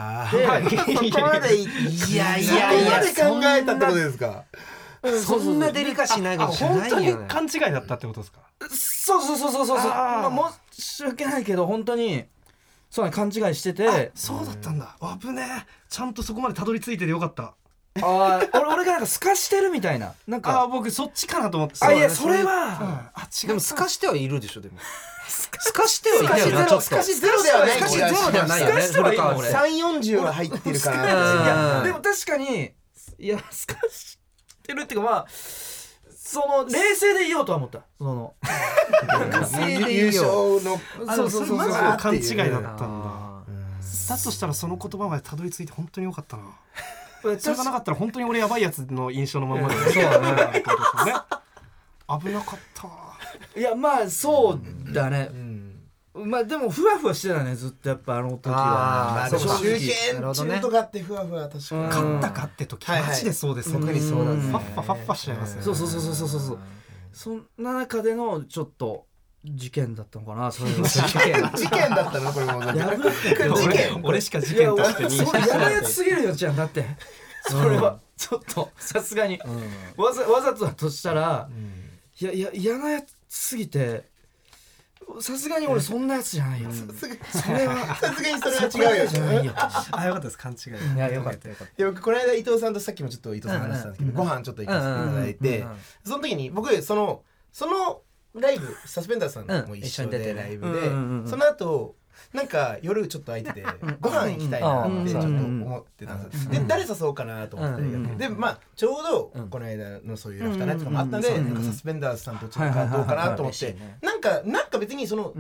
て。
い
こまでいやいやいやそこまで考えたってことですか
そんなデリカシーないか
あ
もしれな
本当
い
に
よね
勘違いだったってことですか
そうそうそうそうそうそう
あー
まあ申し訳ないけど本当にそうね勘違いしてて
そうだったんだ危ねえちゃんとそこまでたどり着いててよかった
あー俺俺がなんか透かしてるみたいななん
あ
か
あ僕そっちかなと思って
あいや
そ
それは
あ違
で
う
も透かしてはいるでしょでも透かしてはい
透かし
たよ
ゼ
な
ロ
ちょっと
透かしゼロではない
透かしゼロではないよね
透かしては
古川は
三四十は入ってるか
い
ら
や
うん
でも確かにいや透かしてるっていうかまあその冷静でいようとは思ったその
優勝の
そうそうそうそう
まあ勘違いだったんだ
あ
だとしたらその言葉までたどり着いて本当によかったな
確
それがなかったら本当に俺やばいやつの印象のままで、
ーそうだね
ってことですよね危なかった
いやまあそうだねまあでもふわふわしてたねずっとやっぱあの時は
まあ
そ
で
う
も
か
中
なる
堅
ほどね
中とかってふわふわ確か
勝ったかって時
はいはい
マジでそうです
特にそうなんです
ファ
ね
ッファファッファしちゃいますよね
そうそうそうそうそうそうそうそんな中でのちょっと事件だったのかなそれは
事件
に事件だったのこれも 事
俺
件
俺しか事件として認識して
やば
ないい
やつすぎるよちゃんだってそれはちょっとさすがにわざわざとだとしたらいやいや嫌なやつすぎてさすがに俺そんなやつじゃないよ
すぐそれはさすがに それは違うよね
あよかったです勘違い
いやよかったよかっ
いや僕この間伊藤さんとさっきもちょっと伊藤さん話したんですけど、ご飯ちょっと行かせていただいて、その時に僕そのそのライブサスペンダーさんも一緒でライブで、その後なんか夜ちょっと空いててご飯行きたいなってちょっと思ってたんです、で誰誘おうかなと思って、でまあちょうどこの間のそういうラフターナイトとかもあったんで、なんかサスペンダーさんとちょっとどうかなと思って、なんかなんか別にその、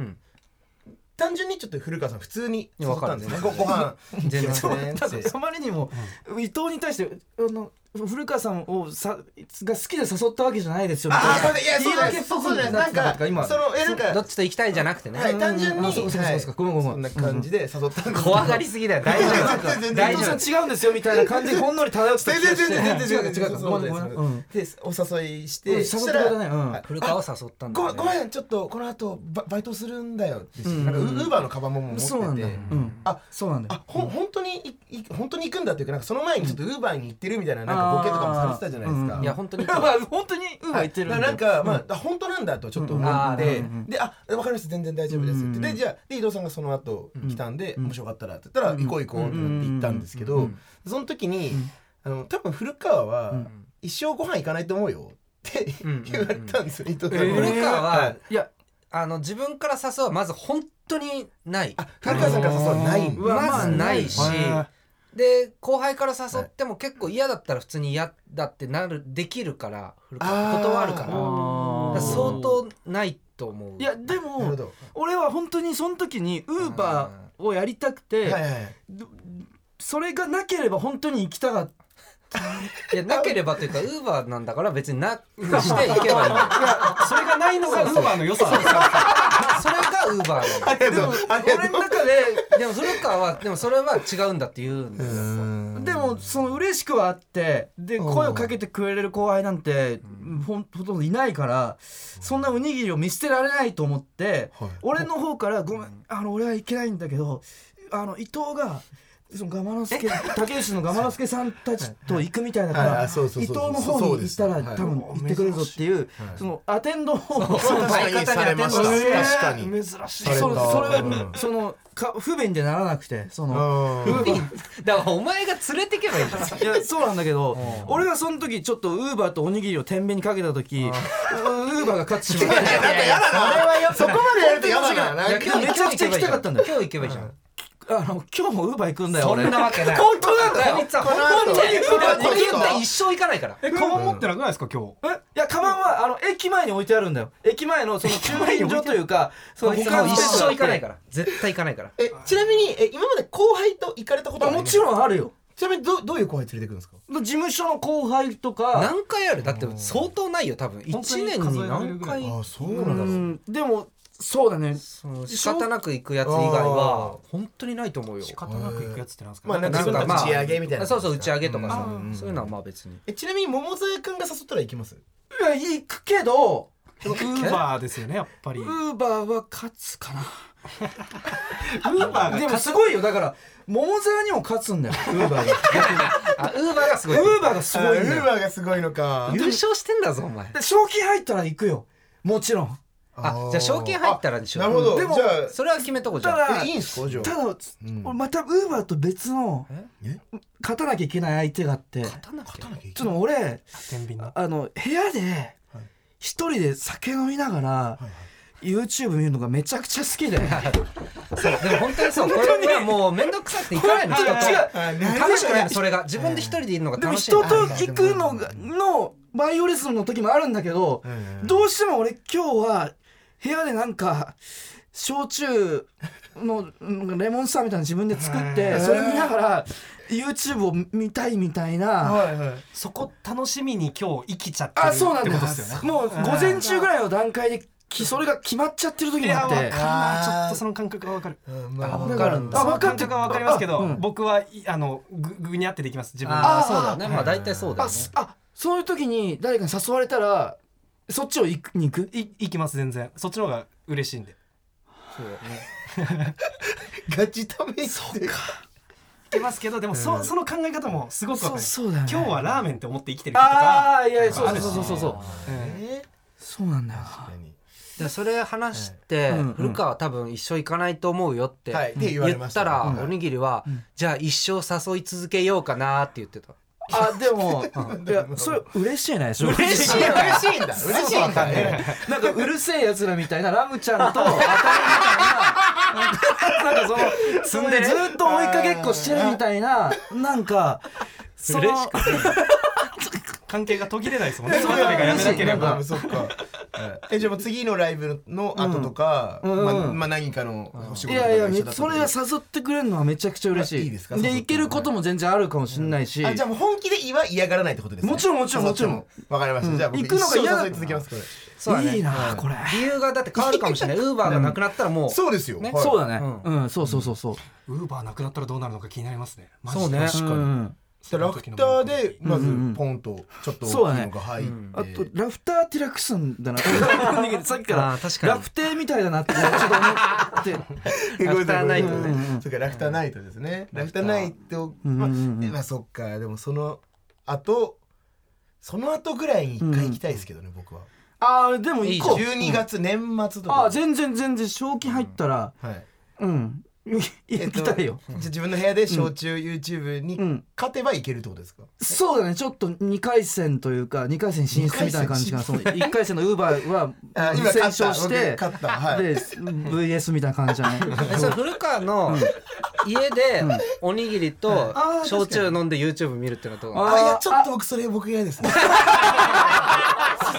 単純にちょっと古川さん普通に誘ったんですねごご飯
全然
そうね
たあまりにも伊藤に対してあの古川さんをさが好きで誘ったわけじゃないですよみ
ああ、そ
たいうな
だ、いや、そうだ、
言い訳っぽ
そう
く
そうだ、
な
な
っ
ん
てなかった
か、
か今
その、え、なん
ど
か
っ、ちと行きたいじゃなくてね
はい、単純に、
あそうそうそう
はい
そうごめんごめん
そんな感じで誘ったんです
怖がりすぎだ よ大丈
全然全然
夫大
伊
丈
藤
夫
さん違うんですよみたいな感じでほんのり漂ってた
全
気が
然
して
全然全然全然
違う違
そうで
う
す
ごめんごめん
そうですでお誘いして
誘ってくれたねうん
はい
古川を誘ったんだ
ごめ
よ
ん
ね
ごめんちょっとこの後ババイトするんだよってしなんかウウーバーのカバンも持ってて
そうなんだようん
あ
そうなんだよ
あほん本当にいい本当に行くんだっていうかなんかその前にちょっとウーバーに行ってるみたいななんかボケとかもされてたじゃないですか
いや 本当に
まあ本当にウーバー行ってるん
は
で
いなんか、まあ、あ本当なんだとちょっと思っ
うんうんあーな
て、
るほ
で「あ分かりました全然大丈夫です」って、でじゃあで伊藤さんがその後来たんで、面白かったらって言ったら、行こう行こうってなって行ったんですけど、その時に、あの多分古川は、一生ご飯行かないと思うよ」って言われたんですよ、伊藤さんに、
古川はい
や
あの自分から誘うはまず本当にない
あ古川さんから誘うのはないんだ
うわま
ま
あ
ずないし
ないへー
で後輩から誘っても結構嫌だったら普通に嫌だってなるできるから古川
あー
断るからだ
あ
から相当ないと思う
い
い
やで
なるほ
も
ど
俺は本当にその時にウーバーをやりたくて、
はいはい
それがなければ本当に行きたかった
いやなければというかウーバーなんだから別になくしていけばいい
それがないのがウーバーの良さ
それがウーバーなんだ
ありがとうありが
俺の中ででも古川はでもそれは違うんだって言うんですよ
でもその嬉しくはあってで声をかけてくれる後輩なんてほんほとんどいないからそんなおにぎりを見捨てられないと思って
はい
俺の方から「ごめんあの俺はいけないんだけどあの伊藤がそのガマラスケ竹内のガマラスケさんたちと行くみたいだか
はいはい
ら伊
そうそうそう
藤の方に
そ
行ったら
うです
多分行ってくれるぞっていう
はい
そのアテンドを
そう確かにされました確かに
珍しい
さ
そ
れた
それは
うん
そのか不便でならなくてその
うん
だからお前が連れてけばいいじゃん
いやそうなんだけど俺がその時ちょっとウーバーとおにぎりを天秤にかけた時ウーバーが勝ってしまって
そこまでやるとやばいななんか
今日めちゃくちゃ行きたかったんだよ
今日行けばいいじゃん
あの今日もウーバー行くんだよ
そ
俺
んなわけない
本当なんだよ
こいつは本当にウーバー
こいつは
一生行かないから
えカバン持ってなくないですか今日
えいやカバンはあの駅前に置いてあるんだよ駅前のその駐輪場というかそ
こ
の
いつ
他
は
の
一生行かない
か
から絶対行かないから
えちなみにえ今まで後輩と行かれたこと
ら
は
あもちろんあるよ
んちなみにどどういう後輩連れてくるんですか
事務所の後輩とか
何回あるだって相当ないよ多分1
本当に
年
数え
に
られる
何
ぐらい
回
あそう
う
だ
んでもそうだね
その仕方なく行くやつ以外は本当にないと思うよ
仕方なく行くやつってなんですか
まあなんか
なんかまあ
打ち上げみたいな
そうそう打ち上げとかさ
うん
そういうのはまあ別に
えちなみに桃沢君が誘ったら行きます
いや行くけど
ウーバーですよねやっぱりウー
ウーバーは勝 つかな
バーが
でもすごいよだから桃沢にも勝つんだよウーバーが
あウーバーがすごい
ウーバーがすごいん
ウ
だ
ー
よ
バーがすごいのか
優勝してんだぞお前
で賞金入ったら行くよもちろん
あじゃあ賞金入ったらにしよう
なるほど
でも
じゃ
それは決めとこうじ
た
ゃん
だ
あえいいんすかじゃあ
た
う
だ
ん
俺またウーバーと別の
え
勝たなきゃいけない相手があって
刀っけ
勝たなきゃいけな
ち
い
ょっと俺
天秤の
あの部屋で一人で酒飲みながら YouTube 見るのがめちゃくちゃ好きで
そうでも本当にそうこれはもう面倒くさくて行かないの人と
本当に違う
あなるほ
楽しくないのそれが自分で一人でいるのが
でも
楽しい
人
の
と行くのがのバイオレスの時もあるんだけど
どうん
どうしても俺今日は部屋でなんか焼酎のうんレモンサワーみたいなの自分で作ってそれ見ながら YouTube を見たいみたいな。
はいはい
そこ楽しみに今日生きちゃってる
あ
って
そうなんだよ
ことですよね
もう午前中ぐらいの段階できそれが決まっちゃってる時
い
も
や
あ
わ
っ
か
て
るなちょっ
あー
とその感覚がわかる
うんまあ
あ
わ
わ
か
かるんだ
あ
その
わかって
感覚はわかりますけど、
あうん
僕はいあのぐぐにゃってできます自分
ああ
あー
そうだよねまあ大体そうだ
あ
よね
すあそういう時に誰かに誘われたらそっちを行くに行く
でいいきます全然そっちの方が嬉しいんで
そうだね
ガチため息そっか
いきますけどでもそ,、その考え方もすごくわか
そう
る
そうだよね
今日はラーメンって思って生きてる人とか
ああいや
と
そ
かあ
う
るし
そうそうそうそ
う
う
ん
そうなんだよ
でそれ話して、
うんうん
古川は多分一生行かないと思うよって、
はいって言われ
言
ま
っ
した
たら、
うん
おにぎりは、じゃあ一生誘い続けようかなって言ってた
あで もいやそれ嬉しいね嬉
嬉しいよ
嬉しいんだ 嬉しいんだね
なんかうるせえやつらみたいなラムちゃんと当たりみたいななんかその
んでね
ずっと追いかけっこしてるみたいななんかその
嬉しく
関係が途切れないですもんねそのためがやめなければ
うんそっかえじゃあもう次のライブの後とか
うんうん
まあまあ何かのお仕
い
事とか
やいや
一緒
め
だった
それが誘ってくれるのはめちゃくちゃ嬉しい
あいいですか誘って
で
も
行けることも全然あるかもしれないし、
あじゃあもう本気で言わ嫌がらないってことですね
もちろんもちろんもちろん
誘ってわかりましたじゃあ僕
行くのが嫌
一生
だ
誘い続けますこれ
そうだね
いいな、これ、
理由がだって変わるかもしれないウーバーがなくなったらもう、
そうですよはい
そうだねうん、そうそうそうそう
ウーバーなくなったらどうなるのか気になりますねマジで
そうね
確かに、うん
でラフターでまずポンとちょっと
そ
大
うだ
きい
ね
のが入って
あとラフターティラクスンだなさっきから
あー確かに
ラフテーみたいだなってちょっと思って
ラ
フターナイトね
そうかラフターナイトですねラフターナイトまあまあそっかでもその後その後ぐらいに一回行きたいですけどね僕は
ああでも行こう
12月年末と
あ
か
ー全然全然賞金入ったら
はい
うん、
えっ
行
と
きたいよ、
じゃあ自分の部屋で焼酎 YouTube に
うん
勝てばいけるってことですか
そうだねちょっと2回戦というか2回戦進出みたいな感じかなその1回戦のウーバーは
あ今
戦
勝った
勝して
僕勝ったはい
で VS みたいな感じじゃない
えそれ古川の家でおにぎりと
あー
焼酎飲んで YouTube 見るってのはどうなの
あ
あいやちょっ
あ
と僕それ僕嫌ですね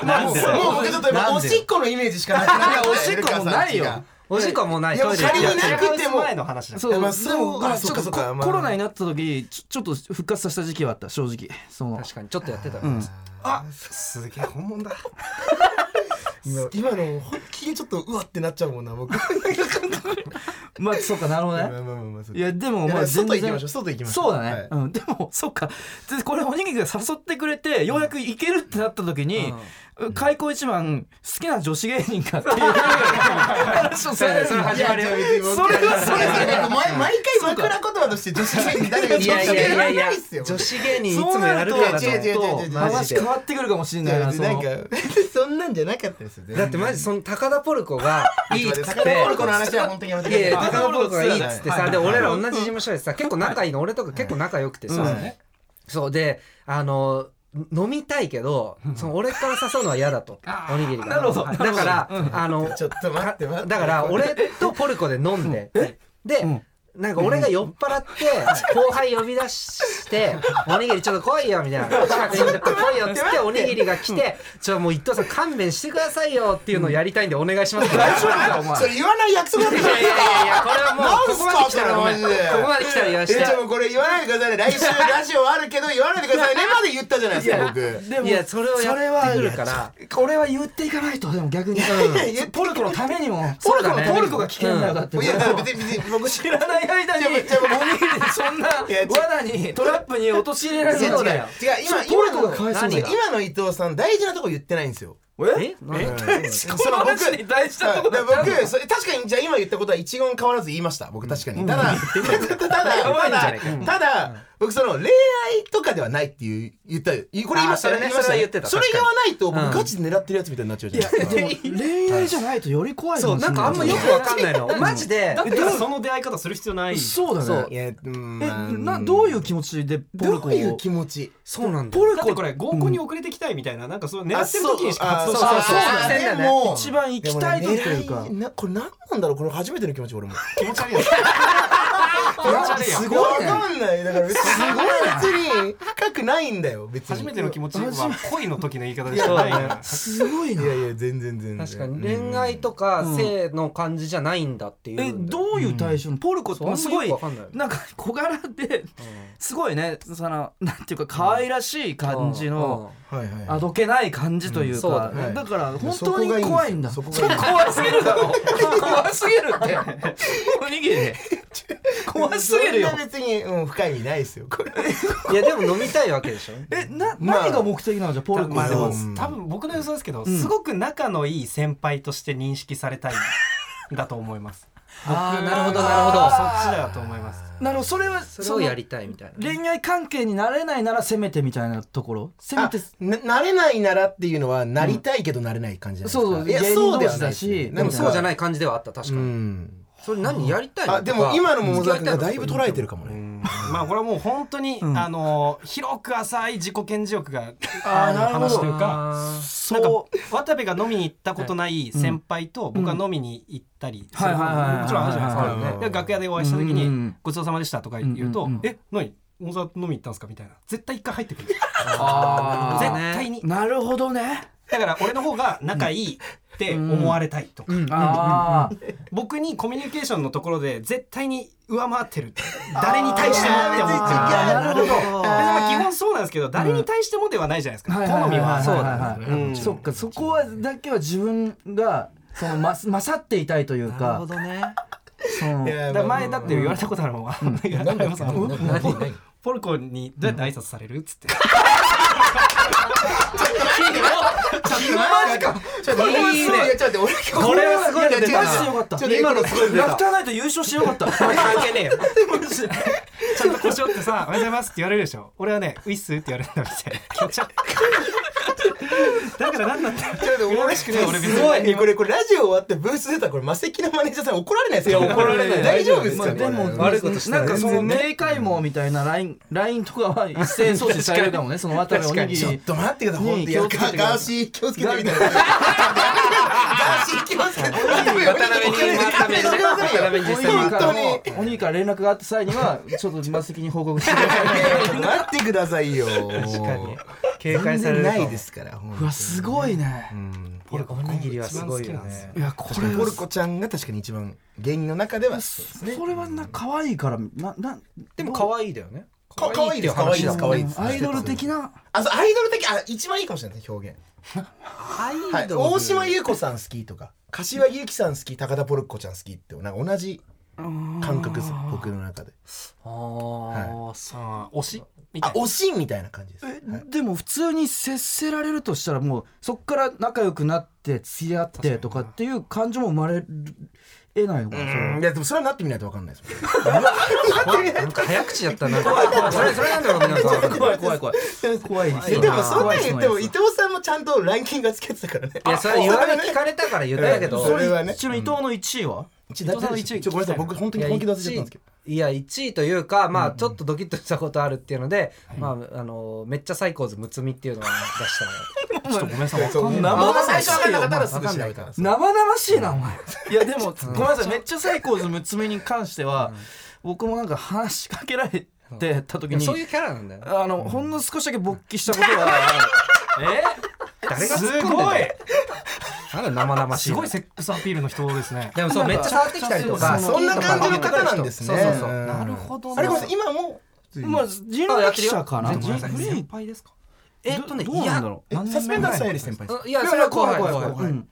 なん
もう
で
僕ちょっと今
なん
お
で
しっこのイメージしかなくなっ
いやおしっこもないよ
おしっこはもうない
いや
トイレ
もう仮にね
いや
違う前の話だ
そう
まあ
でも
そう
ま
あ
あち
そ
ょっと
っかそっか
コ
まあ
コロナになった時ちょちょっと復活させた時期はあった正直その
確かにちょっとやってた、
うん
あすげえ本物だ
今今の本気でちょっとうわってなっちゃうもんな 僕
まあそうかなるほど
まあ
ね
まあまあまあそう
いやでも
いや
まあ全
外行き
然
ましょう外行きましょう
そうだね、
はい
うん、でもそっかでこれおにぎりが誘ってくれてようやく行けるってなった時に、開口一番好きな女子芸人かっていう話をさ れ
それ
る
始まりよ
いやいやいや
それはそれ
いやいやなんか毎毎回枕言葉ラとして女子芸人誰が
いやいやいやい
女子芸人な
や
いっすよ
女子芸人いつもやるからだと
そうなると違う違う違う違う
マジ
話
で
変わってくるかもしれないな
な
そ
ん
の
か そんなんじゃなかったですよ
だってマジその高田ポルコがいいっつって
高田ポルコの話は本当にやめて
い
くだ
やいや
さい
高田ポルコがいいっつってさで俺ら同じ事務所でさ結構仲いいの俺とか結構仲良くてさそうであの飲みたいけどその俺から誘うのは嫌だとおにぎりがなるほどだからあの
ちょっと待って待って
だから俺とポルコで飲んででなんか俺が酔っ払って後輩呼び出して「おにぎりちょっと来いよ」みたいな「近くにちょっと来いよ」っつっておにぎりが来て「ちょもう一等さん勘弁してくださいよ」っていうのをやりたいんでお願いしますって大丈夫かお前
それ言わない約束だっ
い
た
や
じ
いや
ゃん
いやいやこれはもうここまで来たらごめん
何す
こ
かマジで
こまで来たら言わ
え
し
じ
て
ゃあもうこれ言わないでくださいね来週ラジオあるけど言わないでくだ さいねまで言ったじゃないですか僕
でも
いやそれを
それは
やってくるから
俺は言っていかないとでも逆にポルコのためにもポルコ
そうだね
ポルコが危険だよだって
いや別に別に僕知 ら
知らない間におにぎりでそんな罠にトラップに陥れられ
違う違
る
う
のだよ
違う今
ポル
今
コ
の
がかわいそうだ
何
よ
が
今の伊藤さん大事なとこ言ってないんですよ
えなん だ
この話に大事なとこだ
だから僕それ確かにじゃあ今言ったことは一言変わらず言いました僕確かに、ただただた
ばいんじ
だ
ゃないかうん
ただ僕その恋愛とかではないっていう言ったよこれ言いました
あーそれね
言いまし
それは言ってた
それ
確か
言
に
わないと
うん
僕ガチで狙ってるやつみたいになっちゃうじゃないですか、
恋愛じゃないとより怖い
そうなんかあんまよくわかんない のマジで
だからその出会い方する必要ない
そうだ
そ
ね
う
いやうん
え
まあ
などういう気持ちでポル
ど
コ
ういう
を
気持ち
そうなんだ
ポル
だって
コ
これ合コンに遅れてきたいみたいななんかそう狙ってる時にしか
あ
活動し
そう
ない
そうそう
あでも
一番行きたいとっていうか
でもね狙いなこれ何なんだろうこれ初めての気持ち俺も
気持ち悪いよ気持ち悪いよ
すごいね
わかんないだから別にすごい別に深くないんだよ別に
初めての気持ちは恋の時の言い方でしかないな
すごいない
やいや全然全然
確かに恋愛とか性の感じじゃないんだっていう
えどういう対象のポルコって
そうあんま
すごい
よくわかんない
なんか小柄ですごいねそのなんていうか可愛らしい感じの
はいはい
あどけない感じという
そうだ
か
ね
だから本当に怖いんだ
そこがいいんですよそこがいいんですよ
怖すぎるだろ怖すぎるっておにぎりで怖すぎるよ
そんな別に、うん、深い意味ないですよこれ
いやでも飲みたいわけでしょ
えな
まあ
何が目的なのじゃあポルコ
まあでも
うん
多分僕の予想ですけど、すごく仲のいい先輩として認識されたいんだと思います。
ああなるほどなるほ
そっち
ど
だと思います。
なるほどそれは
それをやりたいみたい
そ
な
の恋愛関係になれないならせめてみたいなところせめ
あ
て
ななれないならっていうのはなりたいけどなれない感じじゃないですか、
そうそう
いや
芸人
そうでは
同士
ない
だ
で
し
すね
で
でもそうじゃ
ない
ない感じではあった確
う
かに
ん
それ何やりたいの
あで
と
も
か
今の桃沢君が
付き合
だ
い
い
た
ぶ
の
捉えてるかもね
まあこれはもう本当に、あの広く浅い自己顕示欲が
あー
あの
なるほど
話というか。
あー
なんか渡部が飲みに行ったことない先輩と僕が飲みに行ったりする
うんはいはいはいはい
もちろんあるじゃ
は
ないで
いはい
す
は
か
い
で楽屋でお会いした時
うんうんう
に
ん
「ごちそうさまでした」とか言うと
うんうんう
「
ん
え何大沢飲み行ったんですか?」みたいな絶対一回入ってくる絶
あー
対に
なるほどね
だから俺の方が仲いいって思われたいとか
あー
僕にコミュニケーションのところで絶対に上回ってる誰に対してもって思ってる
あー
で
なるほど
まあ基本そうなんですけど誰に対してもではないじゃないですか
はい
好みは
そう
だ
だね、
うん
そっかそこはだけは自分がそのま勝っていたいという
なる
か
ほどね
その
から前だって言われたことあるもんあの
なんだっけ
山本さん
何何何
ポルコにどうやって挨拶されるっつって
マジかちょっと待って
いいね
いやちょっと待って俺
これはすごいね
や違う違う
マジでよかった
ちょっと今のすごい出
ラ
た
フターナイト優勝してよかった
関係ねえよ
ちゃんと腰折ってさ「おはようございます」って言われるでしょ俺はね「ウィッス」って言われるんだみたいな気持ち悪いだから何なんだよ
ちょっと俺
嬉しくね俺別に
すごいねこれこれラジオ終わってブース出たらこれマセキのマネージャーさん怒られないですか
いや怒ら れない
大丈夫ですかね
まあでも
悪いことしたら
なんかその
全然
名解網みたいなラインラインとかは一斉送信されるかもねその渡部おにぎ
ちょっ
り
と待ってください、
ね
本当いや
気
ガ
をつけてください
ーシー気をつけてみたいな。ガーシー気をつけて。渡辺
渡辺に渡辺に渡辺に実際
本
に
当に。
おにぎりから連絡があった際にはちょっとマス的に報告してください
待ってくださいよ。確かに。
警戒されるか
な
も
いですから。
うわすご いね
いやおにぎりはすごいよね
いやこれ
ポルコちゃんが確かに一番芸人の中ではそうですね。
それはな可愛いからなな
でも可愛いだよね
か可愛いです可愛いです可愛いです。
アイドル的な
あそうアイドル的あ一番いいかもしれないですね表現。は
ア
い。大島優子さん好きとか柏木由紀さん好き高田ポルコちゃん好きってなんか同じ感覚です僕の中で。
あー
さあ推しみた
あ
いな
推しみたいな感じです。はい
でも普通に接せられるとしたらもうそっから仲良くなって付き合ってとかっていう感情も生まれる
えないのかなそれ
いやでもそれはなってみないと分かんないですもん
なんか早口やったな。怖い怖い。それそれなんだろう皆さん。
怖い怖い怖い怖いです
え
よ
でもそんなん言っても
怖い
伊
です
藤さんもちゃんとランキングがつけてたからね
いやそれ言われ聞かれたから言ったんやけど。
それは
う
ね
ちの伊藤の1位は
一応
伊藤さんの一位
ちょごめんなさい僕本当に本気で忘れちゃったんですけど
いや1位というかまあちょっとドキッとしたことあるっていうので、まああのめっちゃサイコーズむつみっていうのを出したのよ。
ちょっとごめんなさいわかん
そう
ない
僕が最初分かんなかったらすぐ調べたんですよ
生々しいなお前
いやでも
ん
ごめんなさいめっちゃ最高ズむつめに関しては僕もなんか話しかけられてた時
でもそうい
に
うキャラなんだよ。
あのほんの少しだけ勃起したことがある
誰
え
が突っ
す
込んでん
ご
だ
い
よなんだ生々しい
す
の。
ごいセックスアピールの人ですね
でもそうめっちゃ触ってきたりとか。
あそんな感じの方なんですね
そうそうそう。
なる
ほど
あれごめんなさい今も
まあ人
あ
力
やってるよ
車かな
ごめんなさい
人力
先輩ですか。え
え
っとね
どうなんだろう
え
何年目
サスペンダーズさんより先輩です
いやいやそれは怖い怖い
怖い怖
怖
い
い。
うん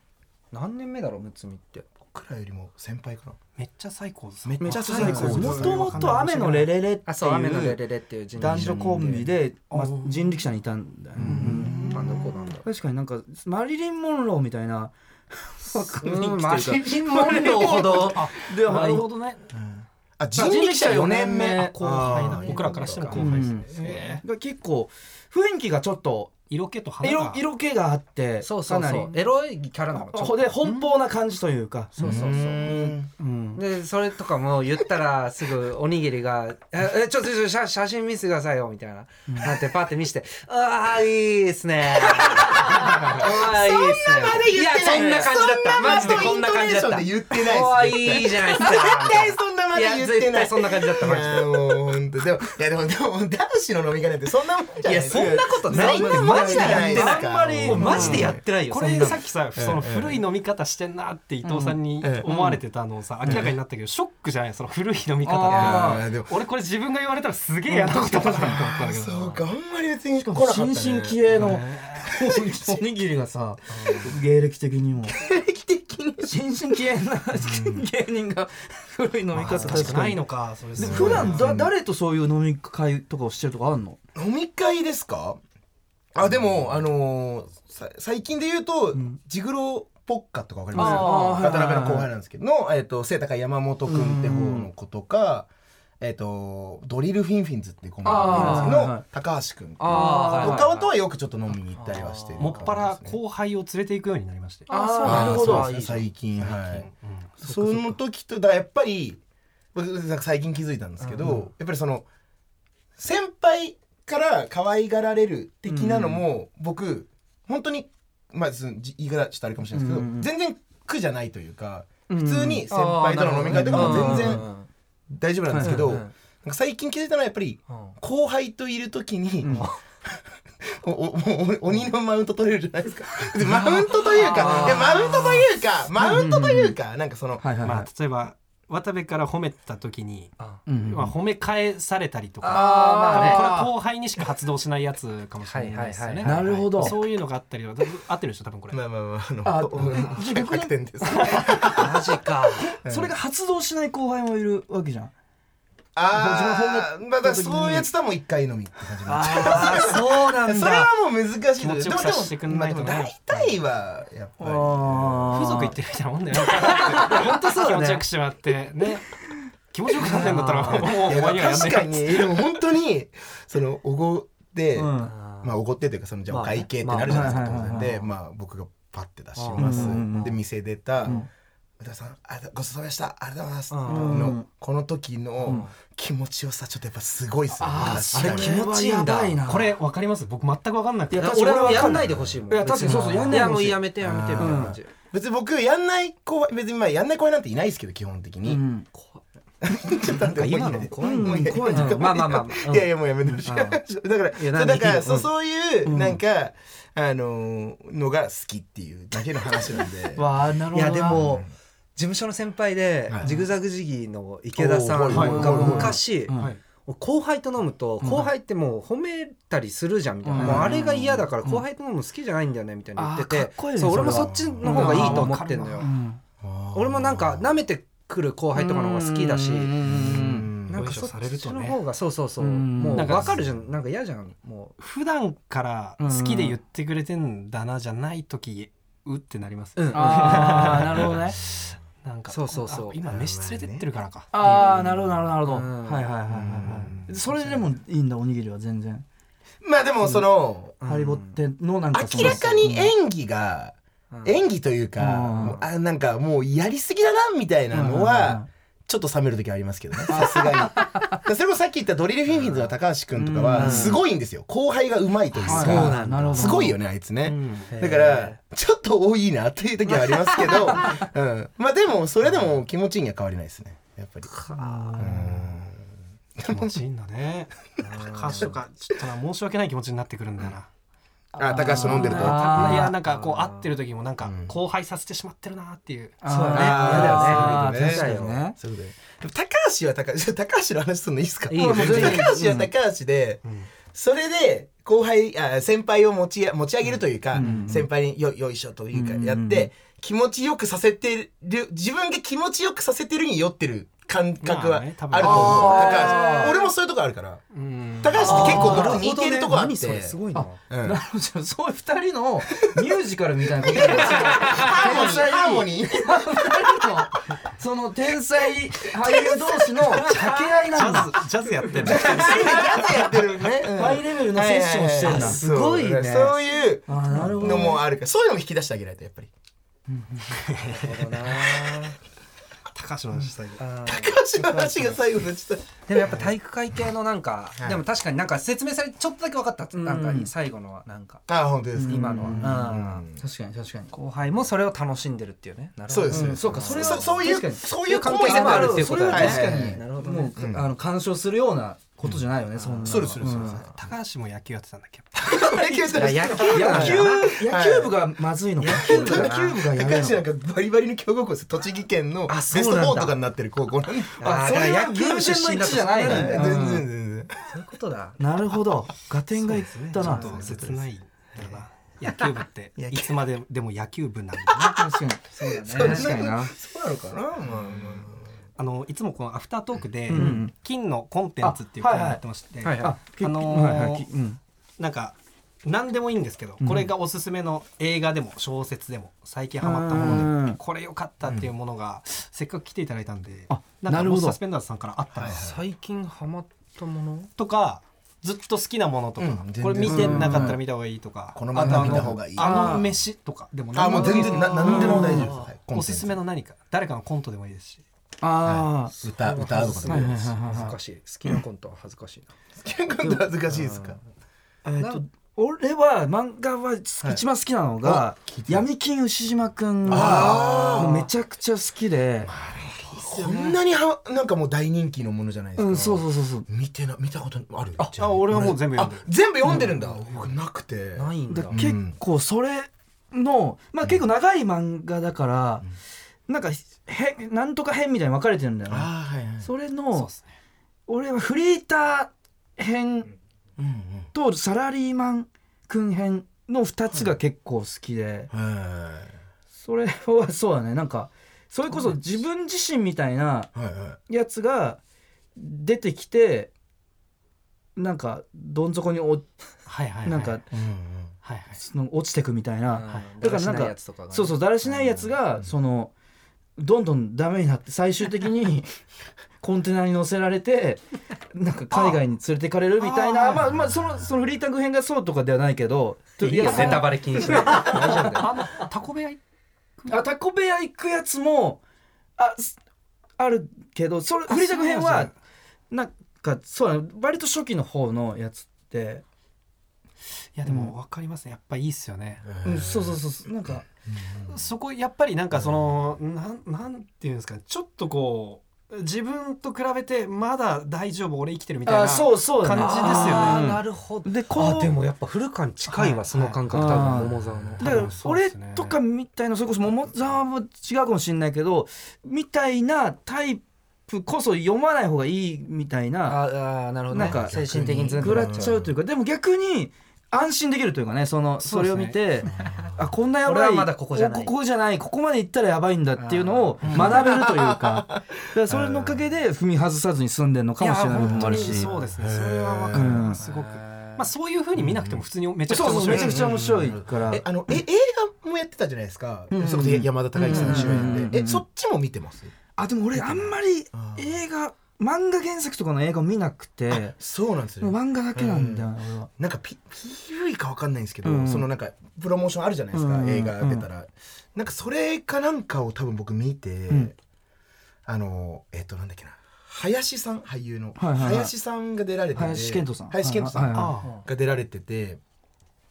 何年目だろうむつみって。
僕らよりも先輩かな
めっちゃ最高です
めっちゃ最高です
もともと雨のレレレって
あそう雨のレ
いう
レレっていう人
男
力
女コンビで、まあ、人力車にいたんだよね、
車。あどこなんだろう。
確かになんかマリリン・モンローみたいな
うんマリリン・モンローほど
でなるほどね
あ人力車4年目
あ後輩だ
あー
僕らからしても後輩ですねえー
が結構雰囲気がちょっと
色気と花が
色色気があって
そうそう
かな
そう
り
エロいキャラなのちょっと
ほで奔放な感じというか、
そうそうそう
うん
うん
でそれとかも言ったらす ぐおにぎりが「ええちょっとちょっと写写真見せてくださいよ」みたいななってパッて見せて「ああいいです ね」ああいいですねいやそんな感じだったマジでこんな感じだった
そんなまでイントネーションで言ってないです
可愛いいじゃないですか
絶対そんなま
い
で
や
言って
絶
ない
対そんな感じだったマジ
いやもう本当でもいやでもでも男子の飲み会なんてそんなもんじゃない
で
で
いや
す
そ
か
んなことないってマジでやってない
あんまり
もうマジでやってないよ
こ
そん
れ
なの
さっきさその古い飲み方してんなって伊藤さんに思われてたのをさ明らかになったけどショックじゃないその古い飲み方っ
あーでも
て俺これ自分が言われたらすげえ嫌なことだなって思ったんだけど
そうかあんまり別に来なかったね
新進気鋭の おにぎりがさ芸歴的にも
新進気鋭な芸人 が古い飲み方
確かにないのかそれ
で
で
普段だ誰とそういう飲み会とかをしてるとかあんの
飲み会ですかあでもあのーさ最近で言うと、ジグロポッカとかわかります
あー
渡辺の後輩なんですけどの、えっと背高い山本君って方の子とか、えっとドリルフィンフィンズっていう子もいるんですけ
あー
ど、
はいはい
高橋君
ああはい
お
はい
顔とはよくちょっと飲みに行ったりはしてる
もっぱら
う
後輩を連れていくようになりまして
あそう
あ
なる
ー
ほど
そうですね最近はい
うん
その時とだからやっぱり僕なんか最近気づいたんですけど、やっぱりその先輩から可愛がられる的なのも、僕本当にまあそのじ言い方ちょっとあれかもしれないですけど、全然苦じゃないというか普通に先輩との飲み会とかも全
うんうんう
然
ん
大丈夫なんですけど、
うんうんうん
なんか最近気づいたのはやっぱり
うん
後輩といる時に、おおお鬼のマウント取れるじゃないですかでマウントというかいやマウントというかマウントというか、なんかその、
はいはい
まあ例えば渡部から褒めた時に
うん
まあ褒め返されたりとか
ああまあね
これは後輩にしか発動しないやつかもしれないですよね。
はいはいはいはい
なるほど
そういうのがあったりは、多分合ってるでしょ、多分これ。
まあまあまあ、あの、100点です。
マジか
それが発動しない後輩もいるわけじゃん
ああ、まあだからそういうやつとはもう一回のみって感じになっちゃ
ああそうな
う。
ん
それ
だ
はもう難しいです
気持ちよくさせてくんないとね
でもでも大体は、やっぱり。
風俗行ってるみたいなもんだよね。本当そう気持ちよくしまって、ね。気持ちよくなってんだったら、もうお
いや
前にはやんね
確かに、でも本当に、その、おごって、
うん
まあおごってというか、その、じゃあお会計ってなるじゃないですか、当然。で、まあ僕がパッて出します。で、店出た、宇田さん、ありがとうごちそうさまでした、ありがとうございます。の、この時の気持ちよさ、ちょっとやっぱすごいっすよね。
あれ気持ちいいんだ
これ分かります僕全く分かんなくて。
や確かに
俺はやんないでほしいもん
いや確かにそうそうやんないでほしい
やもうやめてやめてみたいな感じ
別に僕やんない後輩別にまあやんない後輩なんていないですけど基本的に、
ん
ちょっと待ってもういいね
怖い
もういいね
怖いなまあまあまあまあ
いやいやもうやめてほしいだからそうだからそうそういうなんか、あのーのが好きっていうだけの話なんで
わあなる
いやでも事務所の先輩でジグザグジギーの池田さん
はい
が昔
はい
俺後輩と飲むと後輩ってもう褒めたりするじゃんみたいな
うん
もうあれが嫌だから後輩と飲むの好きじゃないんだよねみたいな言って
あーか
て
っこいいね
そう
そ
俺
れ
も
は
そっちの方がいいと思ってんのよ
うん
俺もなんか舐めてくる後輩とかの方が好きだし
うん
なんかそっちの方がそうそうそう
うん
もう
なんか
分かるじゃんなんか嫌じゃんも
普段から好きで言ってくれてんだなじゃない時うってなります
ううん
ああなるほどね
なんか
そうそうそう
あ今飯連れてってるからか
ああなるほどなるほどなる
うん
ほどはいはいはいはいはいそれでもいいんだおにぎりは全然
まあでもその、
ハリボテのなんかその
明らかに演技が、
ん
演技というか、
うん
もうあなんかもうやりすぎだなみたいなの
うんうんうん
は、ちょっと冷める時はありますけどねさすがに だからそれこそさっき言ったドリルフィンフィンズの高橋君とかはすごいんですよ後輩がうまいという
は
か、
い
そうなんだ
なるほど
すごいよねあいつね、
へー
だからちょっと多いなという時はありますけ ど、うん、まあでもそれでも気持ちいいには変わりないですねやっぱり
気持ちいいんだね歌手とかちょっとな申し訳ない気持ちになってくるんだよな
あ高橋飲んでると
あいやなんかこう会ってる時もなんか後輩させてしまってるなっていう
そうだね
あー
嫌だよね
そういうことそういうこ
確かにね
とねでも高橋は高橋高橋の話するのいいですか
いいよ
もう
全然い
高
い
橋は高橋で、それで後輩あ先輩を持ちや持ち上げるというか、先輩によよいしょというかやって、気持ちよくさせてる自分が気持ちよくさせてるに酔ってる感覚
まあ
はある
ね多
と思う、
分
高橋俺もそういうとこあるから
うん
高橋って結構
あー
僕似てるとこあって
何それすごいな
うん
なるほどそういう二人のミュージカルみたいな ことですよ
ハーモニーハーモニー
二人のその天才俳優同士の掛け合いなんだ
ジャズやってんだ
やってるね、うん
ハイレベルなセッションしてんだ
はいはいはい
すごいね
そういう
あーなるほ
の
ど
もあるからそういうのも引き出してあげないとやっぱり
高橋の話したい
高橋の話が最後になっちゃっ
でもやっぱ体育会系のなんか、でも確かになんか説明されてちょっとだけ分かった、なんか最後のはなんか
たあ本当ですか
今のは、うん
確かに確かに
後輩もそれを楽しんでるっていうねなるほ
そ
ど
うですね、
うんそうかそれは
そそうい
確か
う
に
そういう
関
行
係
為で
性
も
もあ
あ
る
る
っていうこと
それは
だね
確かに、
なるほどね
もう、あの干渉するようなことじゃないよね、そんなのは
そうですそうですそうです
高橋も野球やってたんだっけ
野
野球なんだよ
野球
な
野球部がまずいのか野球部
高橋なんかバリバリの強豪校です栃木県のベ
あそう
ス
なんだ
ト4とかになってる高校なんで
あーだから野球部出身だと
じゃないのね
全然全然
そういうことだ
なるほど合点がいったな、
ちょっと切ないんだな野球部っていつまででも野球部なんだな
確かにそうだね確かにな
そうなのかなまあまあま
あのいつもこのアフタートークで
ん
金のコンテンツっていうコーナーやってまして、
はいはい
あのー
はいはいうん
なんか何でもいいんですけど、これがおすすめの映画でも小説でも最近ハマったもの
う
で
ん
これ良かったっていうものが、せっかく来ていただいたんで
あ
なんか
なる
もう
ほど
サスペンダーズさんからあったんです
最近ハマったもの
とかずっと好きなものとか、
うん全然
これ見てなかったら見た方がいいとか、
この漫
あ
画
とあ
見た方がいい
あの飯とかでも
ああもう全
何でも
然
いい
な何でも大丈夫ですはいコンテンツ
おすすめの何か誰かのコントでもいいですし
あ
歌歌うとかでも
あ、はい
いで
はいいはい
す
はい
恥ず
はい
かしい好きなコントは恥ずかしいな
結構恥ずかしいですか
えーっと俺は漫画は一番好きなのが「闇金牛島くん」がもうめちゃくちゃ好きで
こんなにはなんかもう大人気のものじゃないです
う
か、
んそうそうそうそう
見てな見たことあるあ
あ俺はもう全部読んでる
全部読んでるんだ、僕なくて
ないんだ
だ結構それのまあ結構長い漫画だから、なんかへなんとか編みたいに分かれてるんだよね
あーはいはい
それの俺はフリーター編とサラリーマンくん編の2つが結構好きで、
は
それはそうだねなんかそれこそ自分自身みたいない
はいは
やつが出てきてなんかどん底にお
はいはいはい
なん
い
か
うん
はいはい
その落ちてくみたいな。
うん
だか
だら
らなん
しない
か
やつとかが
そうそうだらしないやつがそのどんどんダメになって最終的にコンテナに乗せられてなんか海外に連れてかれるみたいなまあまあそのそのフリータグ編がそうとかではないけどと
いいよ
その
ネタバレ禁止だ 大丈夫だよ
あのタコ部屋行っ
あタコ部屋行くやつもあすあるけどそれフリータグ編はなんかそうだね割と初期の方のやつって、
いやでも分かりますねやっぱいいっすよね、
うん、そうそうそうそうなんか
そこやっぱりなんかそのなんなんていうんですかちょっとこう自分と比べてまだ大丈夫俺生きてるみたいな
あそうそうだね
感じですよ
あ
ね
ーなるほど
でこ
あ
う
でもやっぱ古川に近い
は
わ
い
その感覚多
は
分
い
桃沢の
だから俺とかみたいなそれこそ桃沢も違うかもしれないけどみたいなタイプこそ読まない方がいいみたいな
ああなるほどね
なんか
精神的にずっと
食らっちゃうというかでも逆に安心できるというかねその
そ
そう
で
れ
す
を
ね
見て あこんなや
俺
ば
はいまだここじゃない
おここじゃないここまで行ったらやばいんだっていうのを学べるという かだからそれのおかげで踏み外さずに済んでるのかもしれない部分もある
いや本当
し
にそうですねそれは分かる
う
なんすごくまあそういうふうに見なくても普通にめちゃくちゃ
そ
面
うそう
白い
めちゃくちゃ面白いから
えあのえ映画ももやってたじゃないですか、それこそ山田孝之さん主演で、えそっちも見てます
あでも俺あんまり
あー
映画漫画原作とかの映画を見なくて
そうなんですよ
漫画だけなんだよ、俺は
なんか P- PV かわかんないんですけど、
うん
そのなんかプロモーションあるじゃないですか、
うん
映画出たら、なんかそれかなんかを多分僕見て、
ん
あのえっ、となんだっけな林さん俳優の、
はいはいはい
林さんが出られてて
林遣都さん
林遣都さん、
はいはいは
が出られてて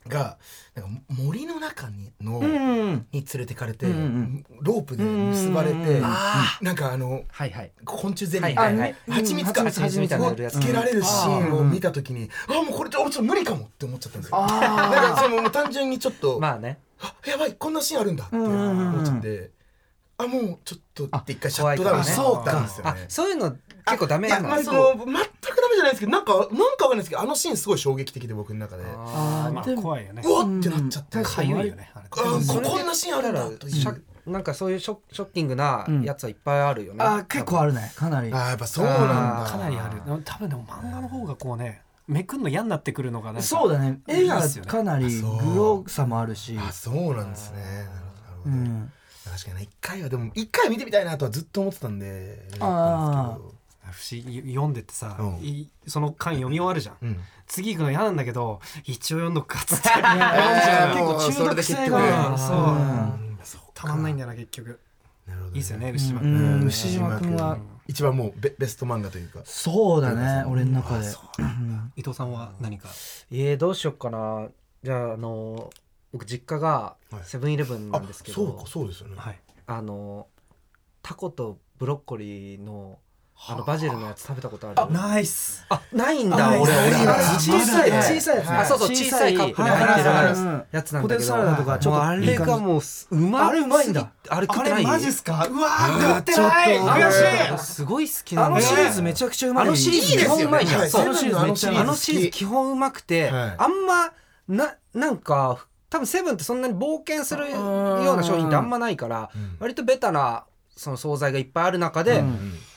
がなんか森の中にの、
うん
に連れてかれて、
うんうん
ロープで結ばれて、
うんうんうん
なんかあの
はいはい
昆虫ゼリー
は
あ
い
の
はいはい
蜂蜜か
うん蜂蜜みたいなのやるやつ
をつけられるシーンを見た時に、あもうこれちょ俺ちょっと無理かもって思っちゃったんですよだからそのもう単純にちょっと、
まあね
あやばいこんなシーンあるんだって思っちゃって、あもうちょっとって一回シャットダウンしちゃったんですよ
あ
ね
そういうの結構ダメ
い
な
や
の
まあその全くダメじゃないですけどなんかなんかわかんないですけどあのシーンすごい衝撃的で僕の中でうわ
あ
まあ
でも
怖いよね
ってなっちゃって、
かゆいよねあれ
あここんなシーンあるんだと
ー
いう
シャなんかそういうショショッキングなやつはいっぱいあるよね、
あー結構あるねかなり
あーやっぱそうなんだ
かなりある多分でも漫画の方がこうねめくんの嫌になってくるのがなんか
そうだね
い
絵
いっ
が
すよね
かなり
あそう
グロさもあるし
あそうなんですねなるほど
う
なるほど
ん
確かにな一回はでも一回は見てみたいなとはずっと思ってたんで
あ
不思議読んでてさ、
うん
いその巻読み終わるじゃん、
うん
次行くの嫌なんだけど一応読んどくかっつって
あー
結構中毒性がある
そ
うん
うたまんないんだよな結局
なるほど
いいっすよね
ね
牛島
う
君、
ん
うん
牛島君は
一番もうベベスト漫画というか
そうだね俺の中で
あそうなんだ
伊藤さんは何か
えー、どうしよっかなじゃああのー僕実家が
はい
セブンイレブンなんですけ
そう
ど、
かそうですよね
はい
あのータコとブロッコリーのあのバジルのやつ食べたことあるあ
ナイス
ないんだ俺俺
ない
小さい
まだね
小さいやつね
あそうそう小さいカップに入ってる
はいはいはい
やつなんだけど
ポテトサラダとかちょっと
もうあれがもうすうま
あれうまいんだ
すぎあれ食
あ
ってな
れ
い
マジっすかうわー食って
ちょっと
ない悔しい
すごい好きな
あ
んだ
の
よ
シリーズめちゃくちゃうまい
あのシリーズ
いいです
基本
よ
うまい
ね
じゃん
はい
そう
セブンのあのシリーズ
あのシリーズ基本うまくて、
はい
あんまななんか多分セブンってそんなに冒険するような商品ってあんまないから、
ん
割とベタなその惣菜がいっぱいある中で、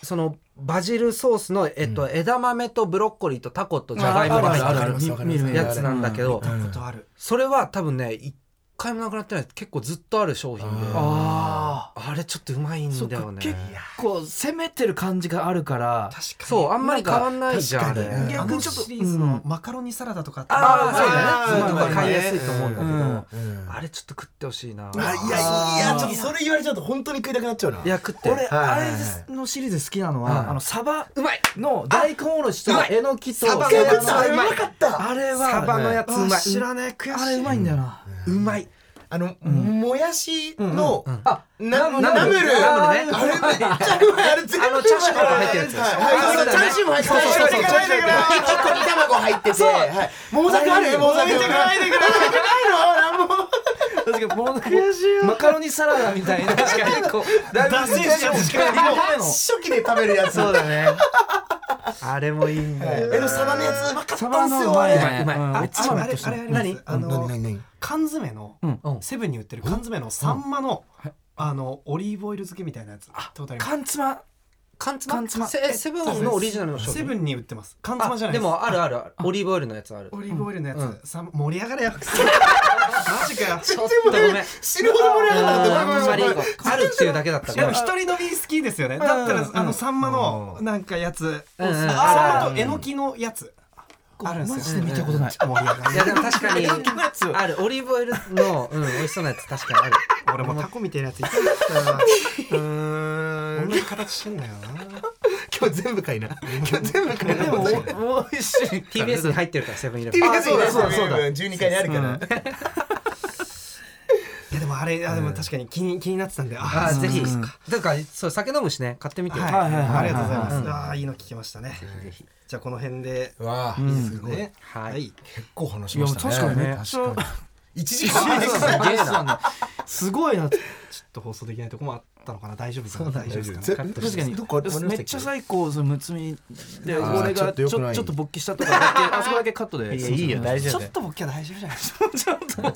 そのバジルソースの、えっと枝豆とブロッコリーとタコとじゃがいもが入
あるあ
っ
る
て
ある見
るやつなんだけど、
うん
とある
それは多分ね一回もなくなってない結構ずっとある商品であ
あ
れちょっとうまい
あそ
ん
っ
だ
か
よね
結構攻めてる感じがあるから
そうあんまり変わんないじゃんあれ。
確かに
逆にちょっとシリーズのマカロニサラダとかあって
ああ
あ
そ
ー
うだね。そういうの
まあま
が
あ
買いやすいと思うんだけど、
うん
あれちょっと食ってほしいな。
あいやいやちょっとそれ言われちゃうと本当に食いたくなっちゃうない
や食って。
俺あれ
はい
のシリーズ好きなの
うん
はあのサバ
うまい。
の大根おろしとえのきと
サバ
一回食っ
の
て
やつ
たあれうまかった
あれは
サバのやつうまい。
知らねえ悔しいあれうまいんだよな
うまい。
あの、もやしの、
あ
なナ
ナ
ムル
ナムルね
あれめっちゃうまいあれ全部
あのチャーシューとか入ってるやつ
はいはいそうそうチャーシューも入ってる
そうそうそう
チャーシューも入ってる一個煮卵入っててはい桃酒ある桃酒
見てないでくれ
確かにマカロニサラダみたいな確かにこうだいぶ
初期で食べるやつ
そうだ ね。あれもいいんだよ。
えのサバのやつうまかっ
サ
た
バ
んす
のう
よあ
ま
れ
い
ね
ね
うまい
ん
あ
あ
めっちゃうまい
あれあれあります
何
あの
何何
缶詰の
うん
セブンに売ってる缶詰のサンマのあのオリーブオイル漬けみたいなやつあったことあります
缶つま
缶
缶
詰
詰
セセブンのオリジナルの商品。
セブンに売ってます缶
あ
詰じゃない
でもあるあるあるオリーブオイルのやつある。
オリーブオイルのやつ、
うん
さ盛り上がれよマジかよ
ちょっとごめん。
死ぬほど盛り上がった
あ
ごめん
ん
ご
ま
めん
り
ごめん
あるっていうだけだったか
でも
ら
一。人飲み好きですよねだったらあのサンマのなんかやつ
うんうん
サンマ
あるあ
と
る
えのきのやつあるんですよ
マジで見たことない
盛り上が
い
れ
やでも 確かにあるオリーブオイルのうん美味しそうなやつ確 かにある。
俺もタコみたいなやついたんだうん同じ形してんだよ
今日全部かいな今日全部かいな
でも 美味しい
TBS に入ってるからセブンイレブン。
TBS
そうだそうだそうだ
12回にあるから
ないやでもあれあでも確かに気に気になってたんであ
あ
ー
ぜひ
そうです
だからそう酒飲むしね買ってみてよ、
はい
はいはいはい
ありがとうございます、
うん
ああいいの聞きましたねじゃあこの辺で
わあすごい
ね
はい
結構話しましたね
いや確かにね
確かに1時間 ですね
すごいな
ちょっと放送できないとこもあったのかな大丈夫かな大丈夫ですかね
確
確かにめっちゃ最高そのむつみで
あー
俺
ちょ
が
っと
ちょ
良
ち
くな
ょ
い
っと勃起したとか だけあそこだけカットでいいよ大
ちょっとボケは大丈夫じゃないですか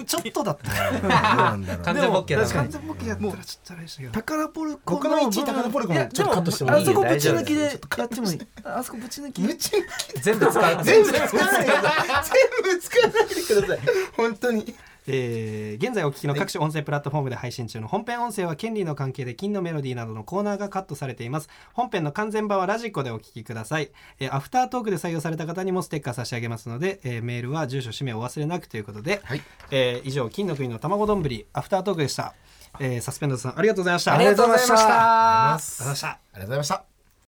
ちょっとだった
なんだろう
完全ボッケーだ
完
ね
全ボケだったらちょっとあれでしたけど
タカラポルコ
僕の1位高田ポルコもちょっとカットしても
あ
いい
そこ
よ
ぶち抜きでやってもいいあそこぶち抜き
ぶち抜き
全部使う
全部使わないでください全部使わないでください本当に
えー現在お聞きの各種音声プラットフォームで配信中の本編音声は権利の関係で金のメロディーなどのコーナーがカットされています本編の完全版はラジコでお聞きください、えーアフタートークで採用された方にもステッカー差し上げますので、えーメールは住所氏名をお忘れなくということで、えー以上金の国の卵丼ぶりアフタートークでした、えーサスペンダーズさんありがとうございました
ありがとうございました
ありがとうございました
ありがとうございました